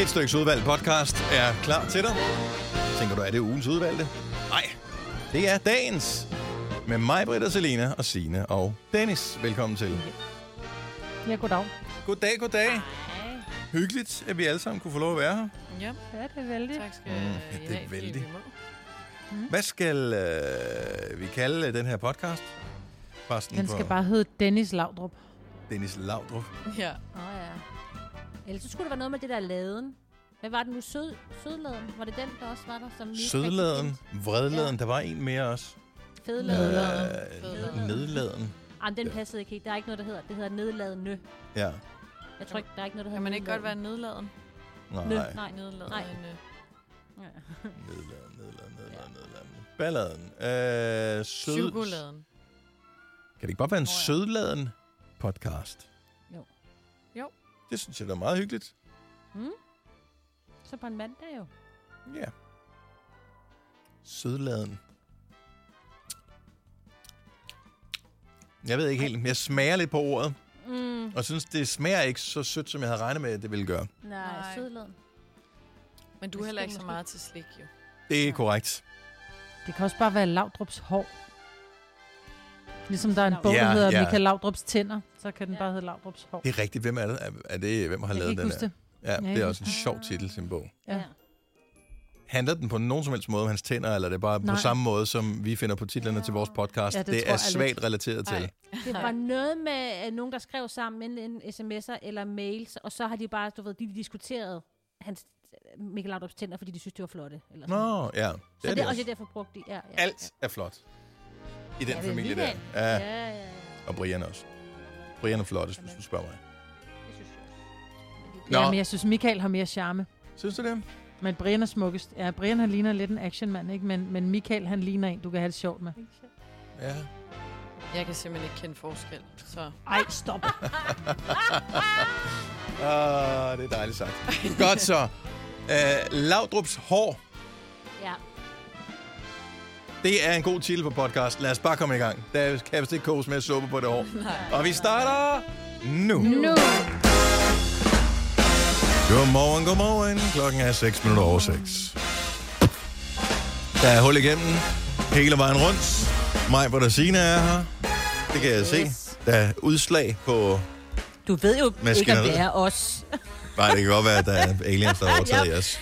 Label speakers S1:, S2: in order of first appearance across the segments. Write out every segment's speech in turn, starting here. S1: Et stykke udvalgt podcast er klar til dig. Tænker du, er det ugens udvalgte? Nej, det er dagens. Med mig, Britta, Selina og Sine og Dennis. Velkommen til.
S2: Ja, goddag.
S1: Goddag, goddag. Hyggeligt, at vi alle sammen kunne få lov at være her.
S3: Ja,
S2: Ja, det er vældig.
S3: tak skal
S1: Mm,
S3: I
S1: ja,
S3: have,
S1: det er
S3: fordi
S1: vældig.
S3: vi må.
S1: Hvad skal øh, vi kalde den her podcast? Resten
S2: Den
S1: for
S2: skal bare hedde Dennis Laudrup.
S1: Dennis Laudrup.
S3: Ja,
S4: Åh oh, ja. Ellers så skulle det være noget med det der laden. Hvad var det nu? Sød, sødladen? Var det den, der også var der? Som vi ikke rigtig
S1: Sødladen,
S4: kendte?
S1: vredladen, der var en mere også.
S4: Fedladen. Øh.
S1: Øh, nedladen.
S4: Jamen, den passede ikke helt. Der er ikke noget, der hedder. Det hedder nedladende.
S1: Ja,
S4: Jeg tror ikke, der er ikke noget, der hedder
S3: kan man ikke godt være
S4: nedladen.
S3: nedladen?
S1: nej.
S4: Nej.
S3: Nedladen.
S4: Nej.
S3: øh,
S4: Ja.
S1: Nedladen, nedladen, nedladen, nedladen. Balladen. Øh, sød...
S3: Chokoladen.
S1: Kan det ikke bare være en
S3: Nå ja.
S1: sødladen podcast?
S4: Jo.
S3: Jo.
S1: Det synes jeg, der er meget hyggeligt.
S4: Hmm? Så på en mandag jo.
S1: Ja. Sødladen. Jeg ved ikke helt. Jeg smager lidt på ordet,
S4: Mm.
S1: og synes, det smager ikke så sødt, som jeg havde regnet med, at det ville gøre.
S4: Nej,
S3: Nej.
S4: sødladen.
S3: Men du er
S4: Det
S3: heller
S4: skal
S3: ikke så
S4: måske-
S3: meget til slik, jo.
S1: Det er korrekt.
S2: Det kan også bare være Laudrups hår. Ligesom der er en bog,
S1: Ja,
S2: der hedder
S1: ja.
S2: Michael Laudrups tænder, så kan den
S4: Ja.
S2: bare hedde Laudrups hår.
S1: Det er rigtigt. Hvem er det? Er- Er det hvem har
S2: Jeg kan
S1: lavet
S2: ikke
S1: den
S2: huske
S1: her?
S2: det.
S1: Ja,
S2: kan
S1: det er
S2: ikke
S1: også en sjov titel til en bog.
S2: Ja.
S1: Handler den på nogen som helst måde om hans tænder, eller er det bare Nej.
S2: Nej.
S1: på samme måde, som vi finder på titlerne til vores podcast?
S2: Ja,
S1: det,
S2: det
S1: det
S2: tror
S1: er
S2: jeg lidt.
S1: svagt relateret til.
S3: Ej.
S4: Det var noget med øh, nogen, der skrev sammen en, en sms'er eller mails, og så har de bare, du ved, de diskuterede hans øh, Michael Laudrups tænder, fordi de synes, det var flotte. Eller sådan.
S1: Nå, ja. Det
S4: så
S1: er
S4: det er
S1: også.
S4: også derfor brugt de. Ja, ja, ja.
S1: Alt er flot. I den
S4: Ja, det er
S1: familie der.
S4: Michael.
S1: Ja.
S4: Ja, ja, ja.
S1: Og Brian også. Brian er flottest, hvis du spørger mig.
S4: Det synes jeg også. Men det er
S1: Nå.
S2: ja, men jeg synes, Michael har mere charme.
S1: Synes du det?
S2: Men Brian er smukkest. Ja, Brian han ligner lidt en actionmand, ikke? Men, men Michael han ligner en, du kan have det sjovt med.
S1: Ja.
S3: Jeg kan simpelthen ikke kende forskel, så...
S2: Ej, stop.
S1: Ah, det er dejligt sagt. Godt så. Uh, Laudrups hår.
S4: Ja,
S1: Det er en god titel på podcast. Lad os bare komme i gang. Der kan vist ikke koges mere suppe på det hår. Og vi starter nu.
S2: Nu.
S1: Godmorgen, godmorgen. Klokken er 6 minutter over 6. Der er hul igennem hele vejen rundt. Mig, hvor der Signe er her. Det kan jeg yes. se. Der er udslag på...
S4: Du ved jo ikke, om
S1: Maskineriet.
S4: det er os.
S1: Nej, det kan godt være, at der er aliens, der har overtaget jeres.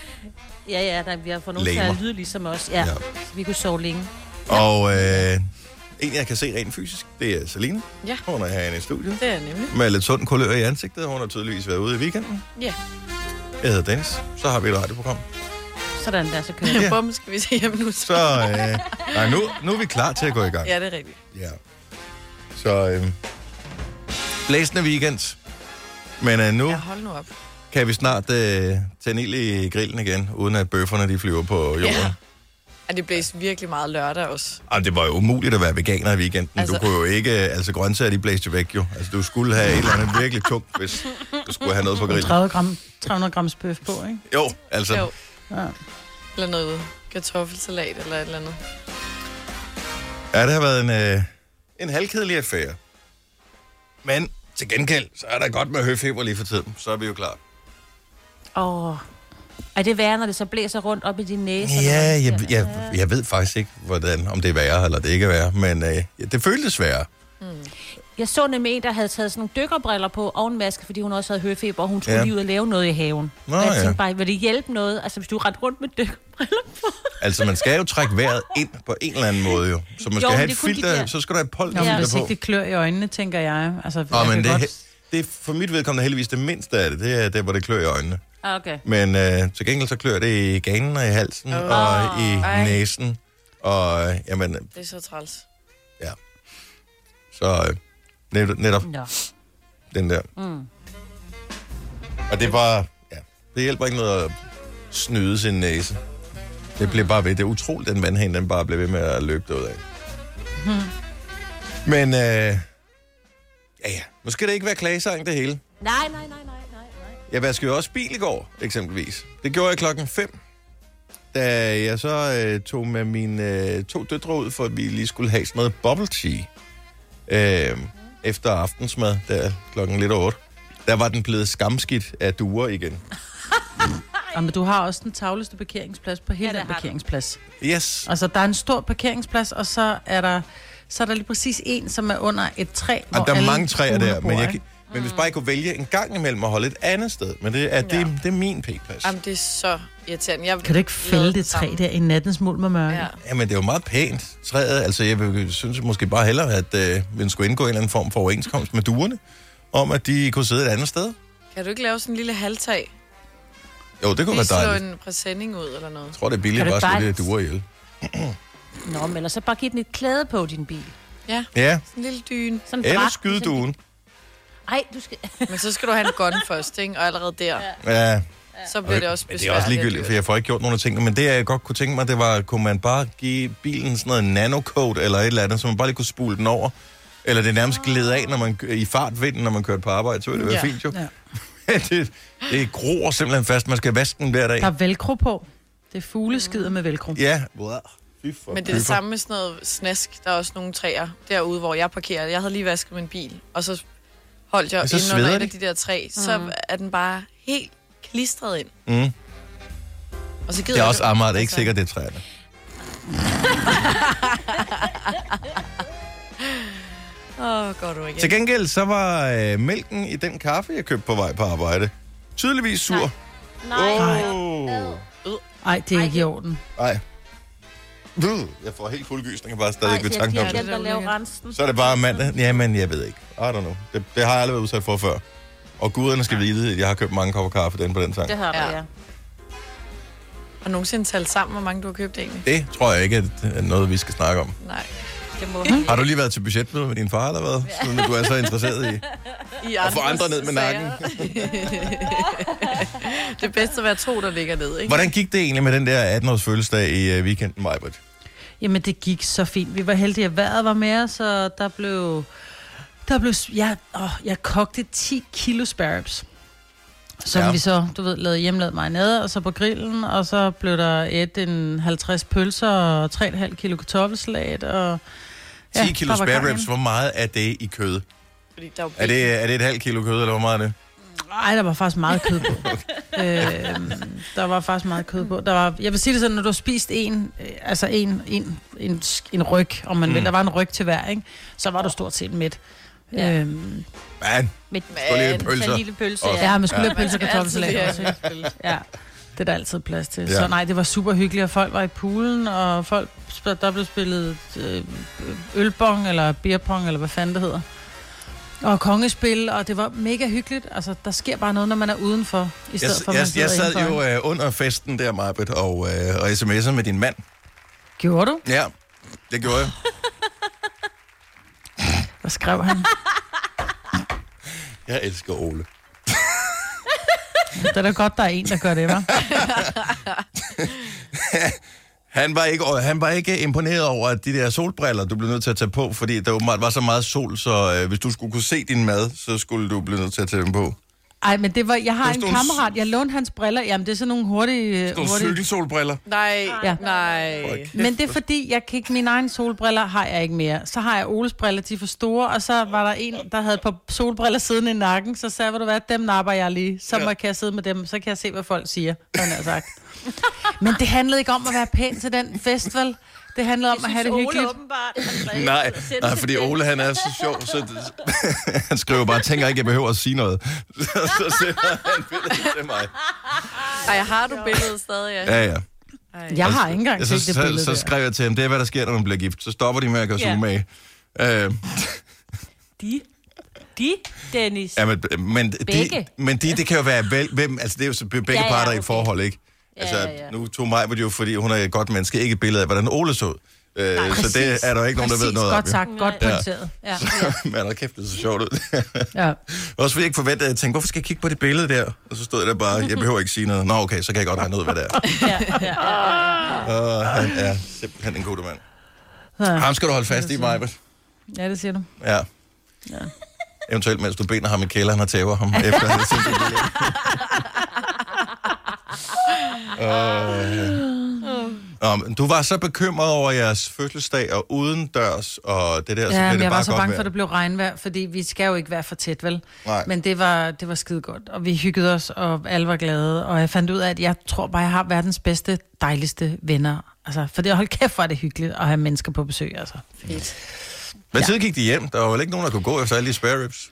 S4: Ja, ja, der, vi har fået nogen til
S1: Legemer.
S4: at lyde ligesom os. Ja.
S1: Ja.
S4: ja. Vi kunne sove længe.
S1: Og øh, en, jeg kan se rent fysisk, det er Selina.
S3: Ja.
S1: Hun er herinde i studiet.
S3: Det er nemlig.
S1: Med lidt sund kulør i ansigtet. Hun har tydeligvis været ude i weekenden.
S3: Ja.
S1: Jeg hedder Dennis. Så har vi et radioprogram.
S4: Sådan der, så kører vi.
S1: Ja.
S3: Bum, skal vi se hjem nu. Så.
S1: Så øh, nej, nu, nu er vi klar til at gå i gang.
S3: Ja, det er rigtigt.
S1: Ja. Så øh, blæsende weekend. Men øh, nu
S3: Ja,
S1: ja.
S3: hold nu op.
S1: kan vi snart øh, tænde ild i grillen igen, uden at bøfferne de flyver på jorden. Ja.
S3: Ja. Ja, det blæste virkelig meget lørdag også.
S1: Jamen, det var jo umuligt at være veganer i weekenden. Altså...
S3: Altså-
S1: Du kunne jo ikke... øh, Altså, grøntsager, de blæste jo væk jo. Altså, du skulle have et eller andet virkelig tungt, hvis du skulle have noget på grillen.
S2: 30 gram, 300 grams bøf på, ikke?
S1: Jo, altså... Jo.
S3: Jo.
S2: Ja.
S3: Eller noget kartoffelsalat eller et eller andet.
S1: Ja, det har været en, øh, en halvkedelig affære. Men til gengæld, så er der godt med høfeber lige for tiden. Så er vi jo klar.
S4: Åh. Er det værre, når det så blæser rundt op i din næse?
S1: Ja, jeg, jeg, jeg ved faktisk ikke, hvordan, om det er værre eller det ikke er værre, men øh, ja, det føltes værre.
S4: Jeg så nemlig en, der havde taget sådan nogle dykkerbriller på og en maske, fordi hun også havde høfeber, og hun skulle
S1: Ja.
S4: ja. lige ud og lave noget i haven.
S1: Nå,
S4: og jeg
S1: ja.
S4: tænkte bare, vil det hjælpe noget? Altså, hvis du rendte rundt med dykkerbriller på.
S1: Altså, man skal jo trække vejret ind på en eller anden måde jo. Så man skal
S4: Jo,
S1: jo,
S4: men
S1: have
S4: det
S1: et
S4: er kun de
S1: filter,
S4: der-
S1: så skal du have et
S2: Nå, men
S4: Ja.
S1: polterfilter
S2: hvis
S1: ja. på.
S2: ikke det klør i øjnene, tænker jeg. Altså,
S1: Åh,
S2: jeg
S1: men
S2: kan
S1: det,
S2: godt...
S1: det er for mit vedkommende heldigvis det mindste af det, det er der, hvor det klør i øjnene.
S4: Ah, Okay.
S1: Men øh, til gengæld så klør det i ganen og i halsen oh. og i
S3: Ej.
S1: næsen. Og øh, jamen,
S3: Det er så træls.
S1: så øh, net, netop
S4: Nå.
S1: den der.
S4: Mm.
S1: Og det er bare, ja, det hjælper ikke noget at snyde sin næse. Det bliver bare ved. Det er utroligt, den vandhane, den bare bliver ved med at løbe derudad. Hmm. Men, øh, ja ja, nu skal det ikke være klagesang det hele.
S4: Nej, nej, nej, nej, nej, nej.
S1: Jeg vaskede jo også bil i går, eksempelvis. Det gjorde jeg klokken 5, da jeg så øh, tog med mine øh, to døtre ud, for at vi lige skulle have sådan noget bubble tea øh, efter aftensmad, der klokken lidt over 8. Der var den blevet skamskidt af duer igen.
S2: Jamen, du har også den tavleste parkeringsplads på hele
S5: Ja, det
S2: ja, den
S5: har du.
S2: parkeringsplads.
S1: Yes.
S2: Altså, der er en stor parkeringsplads, og så er der, så er der lige præcis en, som er under et træ,
S1: Og der er
S2: alle
S1: mange træer
S2: fugle
S1: der,
S2: bor,
S1: men, jeg,
S2: ikke?
S1: kan- men hvis bare jeg kunne vælge en gang imellem at holde et andet sted, men det er, det,
S3: Ja.
S1: det er min p-plads.
S3: Jamen, det er så irriterende. Jeg
S2: Kan du ikke
S3: lavede
S2: fælde
S3: den
S2: det træ
S3: samme.
S2: der i nattens mulm og mørke?
S3: Ja.
S2: Ja.
S1: Jamen, det er jo meget pænt, træet. Altså, jeg vil- synes måske bare hellere, at øh, man skulle indgå en eller anden form for overenskomst med duerne, om at de kunne sidde et andet sted.
S3: Kan du ikke lave sådan en lille halvtag?
S1: Jo, det kunne
S3: Lige
S1: være
S3: slå
S1: dejligt.
S3: en præsending ud eller noget.
S1: Jeg tror, det er billigt
S4: Kan
S1: bare
S4: du
S1: at slå
S4: bare-
S1: det her duer ihjel.
S4: Nå, men ellers så bare giv den et klæde på din bil.
S1: Ja,
S3: Sådan en lille dyne.
S4: Sådan en
S1: eller
S4: dragt,
S1: skyde
S4: ligesom-
S1: duen.
S4: Ej, du skal...
S3: Men så skal du have en gun først, ikke? Og allerede der, ja.
S1: Ja,
S3: så bliver det også
S1: men
S3: besværligt.
S1: det er også ligegyldigt, for jeg får ikke gjort nogen af tingene. Men det, jeg godt kunne tænke mig, det var, kunne man bare give bilen sådan noget nanocoat eller et eller andet, så man bare lige kunne spule den over. Eller det nærmest gled af når man, i fartvinden, når man kørte på arbejde. Så ville det være
S3: Ja.
S1: fint jo.
S2: Ja.
S1: det, det gror simpelthen fast. Man skal vaske den hver dag.
S2: Der er velcro på. Det er fugleskider med velcro.
S1: Ja. Fy for
S3: Men det er det
S1: pyfer.
S3: samme med sådan noget snask. Der er også nogle træer derude, hvor jeg parkerer. Jeg havde lige vasket min bil, og så holdt jeg
S1: Men så
S3: ind under
S1: sveder
S3: et af
S1: de.
S3: de der træ. Så
S4: Mm.
S3: er den bare helt klistret ind.
S1: Mm.
S3: Og så gider
S1: Det er
S3: jeg
S1: også Amager, det er ikke
S3: altså,
S1: sikkert, det er træerne.
S3: Åh, oh, går du igen.
S1: Til gengæld, så var øh, mælken i den kaffe, jeg købte på vej på arbejde, tydeligvis sur.
S4: Nej.
S1: Åh.
S2: Ej, det er
S4: Ej,
S2: ikke i orden.
S1: Ej. Ved, Jeg får helt fuldgysninger bare stadig ved tanken om
S4: Jeg
S3: det.
S1: det.
S4: glemte at lave rensen.
S1: Så er det bare mandag. Jamen, jeg ved ikke. I don't know. Det, det har jeg aldrig været udsat for før. Og guderne skal vide, at jeg har købt mange kopper kaffe den på den sang.
S5: Det har
S3: Ja.
S5: du, ja.
S3: Har du nogensinde talt sammen, hvor mange du har købt egentlig?
S1: Det tror jeg ikke er noget, vi skal snakke om.
S3: Nej.
S5: Det
S3: Hm?
S5: må vi.
S1: Har du lige været til budgetmøde med din far, eller hvad? Siden du er så interesseret i.
S3: I
S1: Og få andre ned med
S3: sager.
S1: nakken.
S3: det er bedst at være to, der ligger ned, ikke?
S1: Hvordan gik det egentlig med den der 18-års fødselsdag i øh, weekenden, Majbert?
S2: Jamen, det gik så fint. Vi var heldige, at vejret var med os, og der blev... Der blev s- jeg, åh, jeg kogte 10 kilo sparrows. Som
S1: Ja.
S2: ja. vi så, du ved, lavede hjemmelavet marinade, og så på grillen, og så blev der et en 50 pølser og 3,5 kilo kartoffelsalat, og...
S1: 10
S2: ja,
S1: ja, kilo
S2: der var gang
S1: spare
S2: i
S1: ribs, hvor meget er det i kød?
S3: Fordi der er, jo
S1: Er det, er det et halvt kilo kød, eller hvor meget er det?
S2: den. Ej, der var faktisk meget kød på. øhm, der var faktisk meget kød på. Der var, jeg vil sige det sådan, når du har spist en, øh, altså en, en, en, sk- en ryg, om man mm. vil, der var en ryg til hver, ikke? så var du stort set mæt.
S4: Ja.
S2: Ja. Øhm,
S1: Man,
S4: Med
S1: få lige lidt
S4: en
S1: pølser.
S4: lille pølse,
S1: Og-
S4: ja.
S2: Ja, man skulle
S3: Ja.
S2: ja. have pølser og
S3: Man skal
S2: kartoffelsalat også.
S3: altid lige
S2: ikke? Ja, det er der altid plads til.
S1: Ja.
S2: Så nej, det var super hyggeligt, og folk var i poolen, og folk sp- der blev spillet øh, ølbong, eller beerpong, eller hvad fanden det hedder. Og kongespil, og det var mega hyggeligt. Altså, der sker bare noget, når man er udenfor, i
S1: Jeg,
S2: stedet for, at man
S1: jeg,
S2: sidder
S1: jeg sad
S2: indenfor.
S1: jo øh, under festen der, Marbet, og, øh, og sms'ede med din mand.
S2: Gjorde du?
S1: Ja, det gjorde jeg.
S2: Hvad skrev han?
S1: Jeg elsker Ole.
S2: Det er da godt, der er en, der gør det, hva'?
S1: Han var, ikke, og han var ikke imponeret over at de der solbriller, du blev nødt til at tage på, fordi der åbenbart var så meget sol, så øh, hvis du skulle kunne se din mad, så skulle du blive nødt til at tage dem på.
S2: Ej, men det var, jeg har
S1: Det
S2: en
S1: var sådan nogle-
S2: kammerat, jeg lånte hans briller. Jamen, det er sådan nogle hurtige...
S1: Nogle
S2: hurtige
S1: cykelsolbriller.
S3: Nej,
S2: Ja.
S3: nej.
S2: Men det er fordi, jeg kan ikke, mine egne solbriller har jeg ikke mere. Så har jeg Oles briller, de er for store, og så var der en, der havde et par solbriller siden i nakken, så sagde, jeg, ved du hvad, dem napper jeg lige, så
S1: Ja.
S2: ja. kan jeg sidde med dem, så kan jeg se, hvad folk siger, sådan har sagt. Men det handlede ikke om at være pæn til den fest, vel? Det handlede om at have det hyggeligt.
S5: åbenbart.
S1: Nej, nej, fordi Ole han er så sjov, så det- han skriver bare, tænker ikke, jeg behøver at sige noget. så så sender han billedet til mig.
S3: Ej, har du billedet stadig? Ja.
S1: Ja, ja.
S2: Jeg har ikke engang
S1: Ja, så,
S2: set det
S1: så,
S2: billede
S1: så
S2: der.
S1: skrev jeg til ham, det er, hvad der sker, når man bliver gift. Så stopper de med at gøre sig
S5: Ja.
S1: umage. Øh,
S5: De. De, Dennis.
S1: ja, men, men, de,
S4: Begge.
S1: men de, det kan jo være vel, hvem, altså det er jo så begge
S4: Ja,
S1: ja,
S4: ja,
S1: parter i
S4: okay.
S1: et forhold, ikke?
S4: Ja,
S1: Altså,
S4: ja, ja.
S1: nu tog mig jo, fordi hun er et godt menneske, ikke et billede af, hvordan Ole så ud. Øh, så det
S2: præcis.
S1: er der jo ikke nogen, der ved
S2: Præcis,
S1: noget
S2: godt
S1: om.
S2: sagt, godt
S1: Ja.
S2: pointeret. Ja.
S1: jo. men hold kæft, det er så sjovt ud.
S2: Ja.
S1: Også fordi jeg ikke forventede, at jeg tænkte, hvorfor skal jeg kigge på det billede der? Og så stod jeg der bare, jeg behøver ikke sige noget. Nå, okay, så kan jeg godt regne ud, hvad det er.
S5: Ja, ja, ja.
S1: Og han er simpelthen en god mand.
S2: Ja.
S1: Ham skal du holde fast i, Majbert.
S2: ja, det siger du.
S1: Ja. ja. Eventuelt, mens du bener ham i kælderen og tæver ham, efter han har sendt det billede. Åh, Nå, men du var så bekymret over jeres fødselsdag og udendørs og det der, så
S2: Ja,
S1: blev
S2: men
S1: det bare
S2: jeg var så
S1: godt
S2: bange
S1: vejr.
S2: for, at det blev regnvejr, fordi vi skal jo ikke være for tæt, vel?
S1: Nej.
S2: Men det var, det var skide godt, og vi hyggede os, og alle var glade, og jeg fandt ud af, at jeg tror bare, jeg har verdens bedste, dejligste venner. Altså, for det hold kæft, var det hyggeligt at have mennesker på besøg, altså.
S3: Fedt.
S1: Men tid gik de hjem. Der var vel ikke nogen, der kunne gå efter alle de spare ribs.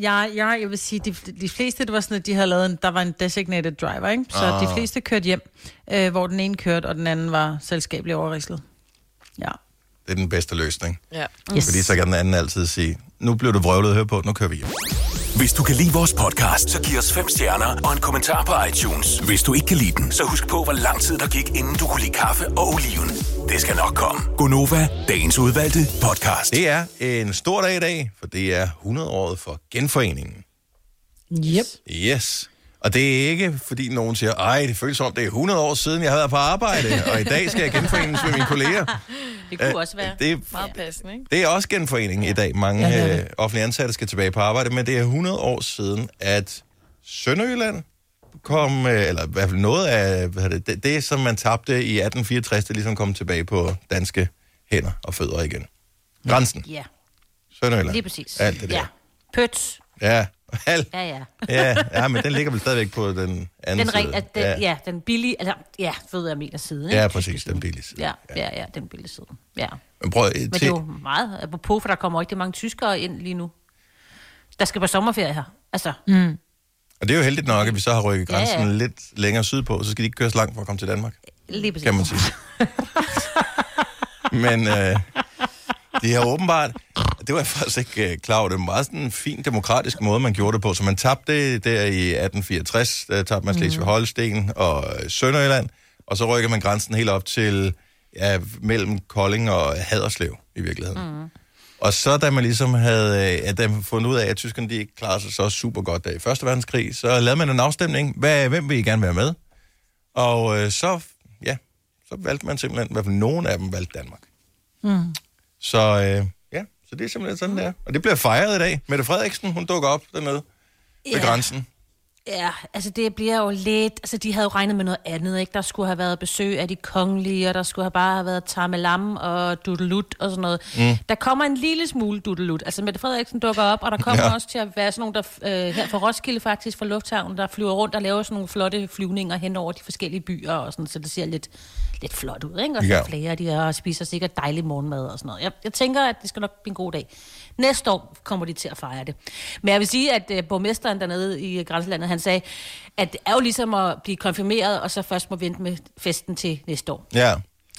S2: jeg, jeg, jeg vil sige, de, de fleste, det var sådan, at de havde lavet en, der var en designated driver, ikke? Så
S1: Ah.
S2: de fleste kørte hjem, øh, hvor den ene kørte, og den anden var selskabelig overrislet. Ja.
S1: Det er den bedste løsning.
S3: Ja.
S2: Mm.
S1: Yes. Fordi så kan den anden altid sige, nu blev du vrøvlet her på, nu kører vi hjem.
S6: Hvis du kan lide vores podcast, så giv os fem stjerner og en kommentar på iTunes. Hvis du ikke kan lide den, så husk på, hvor lang tid der gik, inden du kunne lide kaffe og oliven. Det skal nok komme. Gonova, dagens udvalgte podcast.
S1: Det er en stor dag i dag, for det er 100-året for genforeningen.
S2: Yep.
S1: Yes. Og det er ikke, fordi nogen siger, ej, det føles som om, det er 100 år siden, jeg har været på arbejde, og i dag skal jeg genforenes med mine kolleger.
S5: Det kunne også være.
S1: Det,
S3: Meget passende, ikke?
S1: det er også genforening i dag. Mange
S2: Ja, det er
S1: ja, øh, offentlige ansatte skal tilbage på arbejde, men det er 100 år siden, at Sønderjylland kom, øh, eller i hvert fald noget af hvad hedder det, det, det, som man tabte i 1864, det ligesom kom tilbage på danske hænder og fødder igen. Grænsen,
S4: Ja,
S1: Sønderjylland.
S4: lige præcis.
S1: Alt det der.
S4: Ja. Pøts.
S1: Ja, alt.
S4: Ja, ja.
S1: Ja, ja, men den ligger vel stadigvæk på den anden
S4: Den,
S1: side.
S4: ring, at den, ja. ja, den billige, altså, ja, ved jeg mener side. ikke?
S1: Ja, præcis, den billige side.
S4: Ja, ja, ja, den billige side. Ja.
S1: Men prøv,
S4: Men det
S1: til,
S4: er jo meget apropos, for der kommer rigtig mange tyskere ind lige nu. Der skal på sommerferie her. Altså, mm.
S1: og det er jo heldigt nok, at vi så har rykket
S4: Ja, ja.
S1: grænsen lidt længere sydpå, så skal de ikke køre så langt for at komme til Danmark,
S4: lige præcis.
S1: kan man sige. Men øh, det er åbenbart, det var jeg faktisk ikke øh, klar over, det var en meget sådan en fin demokratisk måde, man gjorde det på. Så man tabte der i 1864, der tabte man
S4: Mhm.
S1: Slesvig-Holsten og øh, Sønderjylland, og så rykker man grænsen helt op til ja, mellem Kolding og Haderslev i virkeligheden. Mm. Og så da man ligesom havde øh, at da man fundet ud af, at tyskerne de ikke klarede sig så super godt der i Første Verdenskrig, så lavede man en afstemning. Hvad, hvem vil I gerne være med? Og øh, så, ja, så valgte man simpelthen, i hvert fald nogen af dem valgte Danmark. Mm. Så øh, ja, så det er simpelthen sådan, mm. det er. Og det bliver fejret i dag. Mette Frederiksen, hun dukker op dernede ved
S4: Ja.
S1: grænsen.
S4: Ja, altså det bliver jo lidt... Altså de havde jo regnet med noget andet, ikke? Der skulle have været besøg af de kongelige, og der skulle have bare have været Tamelam og Dudelut og sådan noget. Mm. Der kommer en lille smule Dudelut. Altså Mette Frederiksen dukker op, og der kommer
S1: Ja.
S4: ja. også til at være sådan nogle, der øh, her fra Roskilde faktisk, fra Lufthavnen, der flyver rundt og laver sådan nogle flotte flyvninger hen over de forskellige byer og sådan, så det ser lidt, lidt flot ud, ikke? Og så
S1: Ja.
S4: ja. flere de er, og spiser sikkert dejlig morgenmad og sådan noget. Jeg, jeg tænker, at det skal nok blive en god dag. Næste år kommer de til at fejre det. Men jeg vil sige, at øh, borgmesteren dernede i grænselandet, han sagde, at det er jo ligesom at blive konfirmeret, og så først må vente med festen til næste år.
S1: Ja.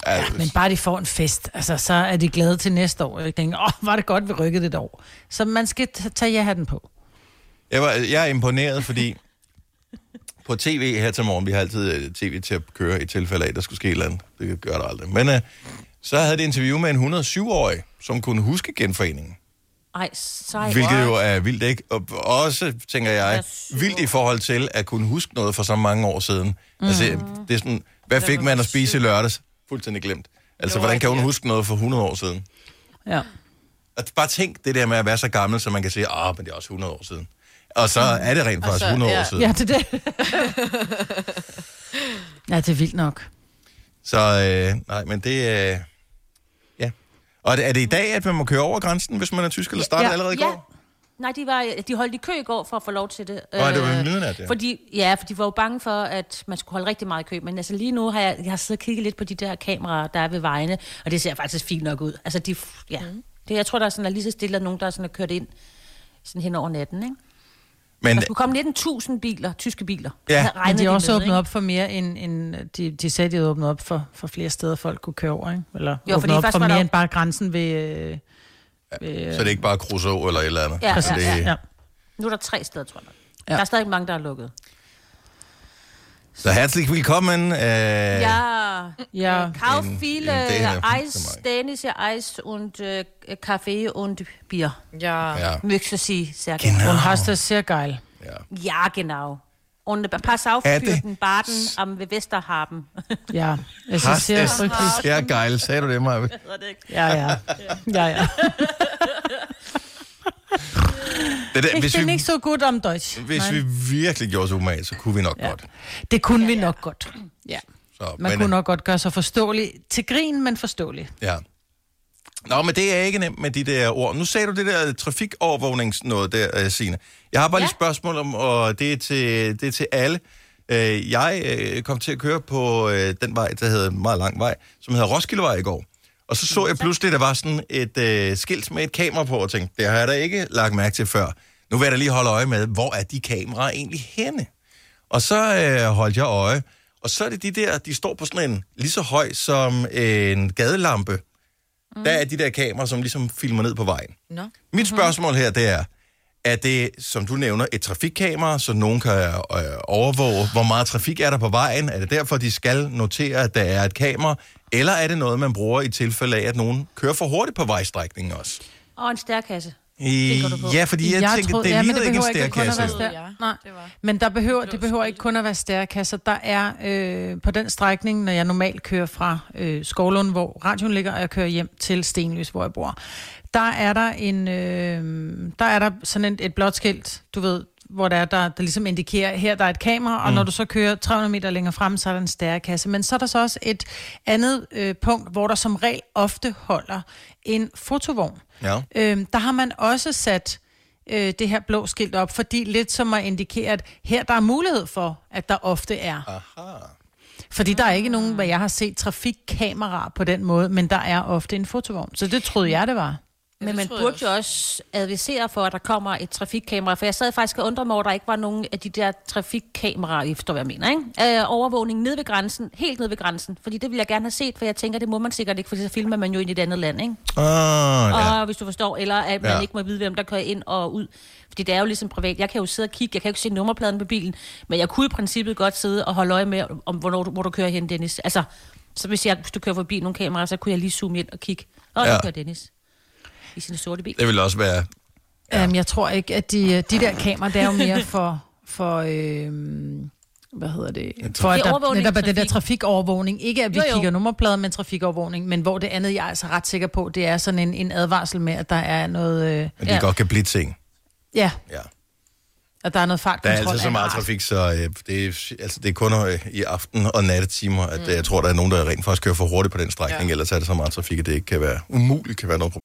S1: Ja,
S2: Men bare de får en fest, altså, så er de glade til næste år. Jeg tænker, åh, var det godt, vi rykkede det et år. Så man skal t- tage ja-hatten på.
S1: Jeg, var, jeg er imponeret, fordi på tv her til morgen, vi har altid øh, tv til at køre i tilfælde af, at der skulle ske et eller andet. Det gør der aldrig. Men øh, så havde det interview med en 107-årig, som kunne huske genforeningen.
S4: Ej, sej.
S1: Hvilket jo er vildt, ikke? Og også, tænker jeg, vildt i forhold til at kunne huske noget for så mange år siden. Mm. Altså, det er sådan, hvad fik man at spise i lørdags? Fuldstændig glemt. Altså,
S3: Jo,
S1: hvordan kan hun
S3: ja.
S1: huske noget for 100 år siden?
S2: Ja.
S1: Og bare tænk det der med at være så gammel, så man kan sige, ah, men det er også 100 år siden. Og så er det rent
S4: Altså,
S1: faktisk
S3: så-
S1: 100 år
S3: ja.
S1: siden.
S2: Altså, Ja, det er det. ja, det er vildt nok.
S1: Så øh, nej, men det... Øh, ja. Og er det, er det i dag, at man må køre over grænsen, hvis man er tysk, eller starter
S2: Ja.
S1: allerede i
S4: Ja.
S1: går?
S4: Nej, de, var, de holdt i kø i går for at få lov til det.
S1: Nej, det var
S4: Øh,
S1: ved midnat, ja.
S4: Fordi, ja, for de var jo bange for, at man skulle holde rigtig meget i kø. Men altså lige nu har jeg, jeg har siddet og kigget lidt på de der kameraer, der er ved vejene, og det ser faktisk fint nok ud. Altså, de, ja.
S2: Mm.
S4: Det, jeg tror, der er sådan, at lige så stille er nogen, der er sådan, er kørt ind sådan hen over natten, ikke?
S1: Men
S4: Der skulle komme 19.000 biler, tyske biler.
S1: Ja.
S4: Havde regnet
S2: Men de har også
S4: med,
S2: åbnet
S4: ikke?
S2: op for mere end... end de, de sagde, de havde åbnet op for, for flere steder, folk kunne køre over, ikke? Eller
S4: Jo,
S2: jo,
S4: fordi
S2: åbnet op
S4: først
S2: for
S4: var
S2: mere
S4: der-
S2: end bare grænsen ved... Øh, ved
S1: så er det ikke bare Crusoe eller et eller andet.
S4: Ja,
S1: altså,
S4: ja,
S1: det,
S4: ja,
S2: ja.
S4: Nu er der tre steder, tror jeg.
S2: Ja.
S4: Ja. Der er stadig mange, der er lukket.
S1: Så herzlich willkommen. Øh, ja.
S4: Ja, Øh,
S2: ja.
S4: kauf
S1: En- en
S4: viele
S1: Dane fra
S4: Eis,
S1: Danmark.
S4: dänische Eis und äh, Kaffee und Bier.
S3: Ja. ja.
S1: ja.
S4: Möchtest du sie sehr gerne?
S2: Hun
S1: Genau.
S2: har stadig sehr geil.
S4: Ja, genau. Und pass auf
S1: Er
S4: für
S1: det-
S4: den Baden am Westerhaben.
S2: Ja, jeg synes,
S1: Hast
S2: det er
S1: es
S2: frygteligt.
S1: sehr geil. Sagde du det, Maja?
S2: Ja, ja. ja, ja.
S1: Det der,
S2: Ich
S1: hvis vi,
S2: bin nicht so gut am Deutsch.
S1: hvis vi virkelig gjorde os umage, så kunne vi nok ja. godt.
S2: Det kunne vi nok godt. Ja.
S1: Så,
S2: Man
S1: men, øh,
S2: men, kunne nok godt gøre sig forståelig. Til grin, men forståelig.
S1: Ja. Nå, men det er ikke nemt med de der ord. Nu sagde du det der trafikovervågnings noget der, øh, Signe. Jeg har bare ja. lige et spørgsmål om, og det er til, det er til alle. Øh, Jeg øh, kom til at køre på øh, den vej, der hedder en meget lang vej, som hedder Roskildevej i går. Og så så jeg pludselig, der var sådan et øh, skilt med et kamera på, og tænkte, det har jeg da ikke lagt mærke til før. Nu vil jeg da lige holde øje med, hvor er de kameraer egentlig henne? Og så øh, holdt jeg øje, og så er det de der, de står på sådan en lige så høj som en gadelampe. Mm. Der er de der kameraer, som ligesom filmer ned på vejen.
S3: Nå.
S1: Mit spørgsmål her, det er, er det, som du nævner, et trafikkamera, så nogen kan øh, overvåge, hvor meget trafik er der på vejen? Er det derfor, de skal notere, at der er et kamera? Eller er det noget, man bruger i tilfælde af, at nogen kører for hurtigt på vejstrækningen også?
S4: Og en stærkasse.
S1: I, ja, fordi jeg, jeg tænker, troede, det
S2: men
S1: ligner ja, ikke en
S2: behøver kun at
S1: stærkasse.
S2: være stær- Nej, men der behøver, det behøver ikke kun at være stærkasser. Der er øh, på den strækning, når jeg normalt kører fra øh, Skovlund, hvor radioen ligger, og jeg kører hjem til Stenløs, hvor jeg bor, der er der, en, øh, der, er der sådan et, et blåt skilt, du ved, hvor der, er, der, der ligesom indikerer, her der er et kamera, og
S5: Mm.
S2: mm. når du så kører 300 meter længere frem, så er der en stærkasse. Men så er der så også et andet øh, punkt, hvor der som regel ofte holder en fotovogn.
S1: Ja.
S2: Øhm, der har man også sat øh, det her blå skilt op, fordi lidt som at indikere, at her der er mulighed for, at der ofte er.
S1: Aha.
S2: Fordi der er ikke nogen, hvad jeg har set, trafikkameraer på den måde, men der er ofte en fotovogn. Så det troede jeg, det var.
S4: Men man burde jo også advisere for, at der kommer et trafikkamera. For jeg sad faktisk og undrede mig over, at der ikke var nogen af de der trafikkameraer, I forstår, hvad jeg mener, ikke? Øh, overvågning ned ved grænsen, helt ned ved grænsen. Fordi det ville jeg gerne have set, for jeg tænker, det må man sikkert ikke, for så filmer man jo ind i et andet land, ikke?
S1: Ah, ja.
S4: Og hvis du forstår, eller at man
S1: Ja.
S4: ja. ikke må vide, hvem der kører ind og ud. Fordi det er jo ligesom privat. Jeg kan jo sidde og kigge, jeg kan jo ikke se nummerpladen på bilen, men jeg kunne i princippet godt sidde og holde øje med, om, hvornår du, hvor du kører hen, Dennis. Altså, så hvis, jeg, hvis du kører forbi nogle kameraer, så kunne jeg lige zoome ind og kigge. Og ja.
S1: Ja.
S4: der kører Dennis i sin sorte bil.
S1: Det vil også være...
S2: Ja. Øhm, jeg tror ikke, at de, øh, de der kameraer, det er jo mere for... for øhm, hvad hedder det? For at
S4: Det er
S2: der
S4: overvågning,
S2: netop er det der
S4: trafik.
S2: trafikovervågning. Ikke at vi
S4: Jo,
S2: jo,
S4: jo.
S2: jo. kigger nummerplader, men trafikovervågning. Men hvor det andet, jeg er altså ret sikker på, det er sådan en, en advarsel med, at der er noget... Øh,
S1: At de ja. godt kan blive ting.
S2: Ja.
S1: Ja.
S2: Og der er noget
S1: Der
S2: fartkontrol.
S1: er altid så
S2: af en
S1: meget
S2: art.
S1: trafik, så øh, det, er, altså, det er kun øh, i aften- og nattetimer, at mm. jeg tror, der er nogen, der rent faktisk kører for hurtigt på den strækning, ja. ellers er det så meget trafik, at det ikke kan være umuligt kan være noget problem.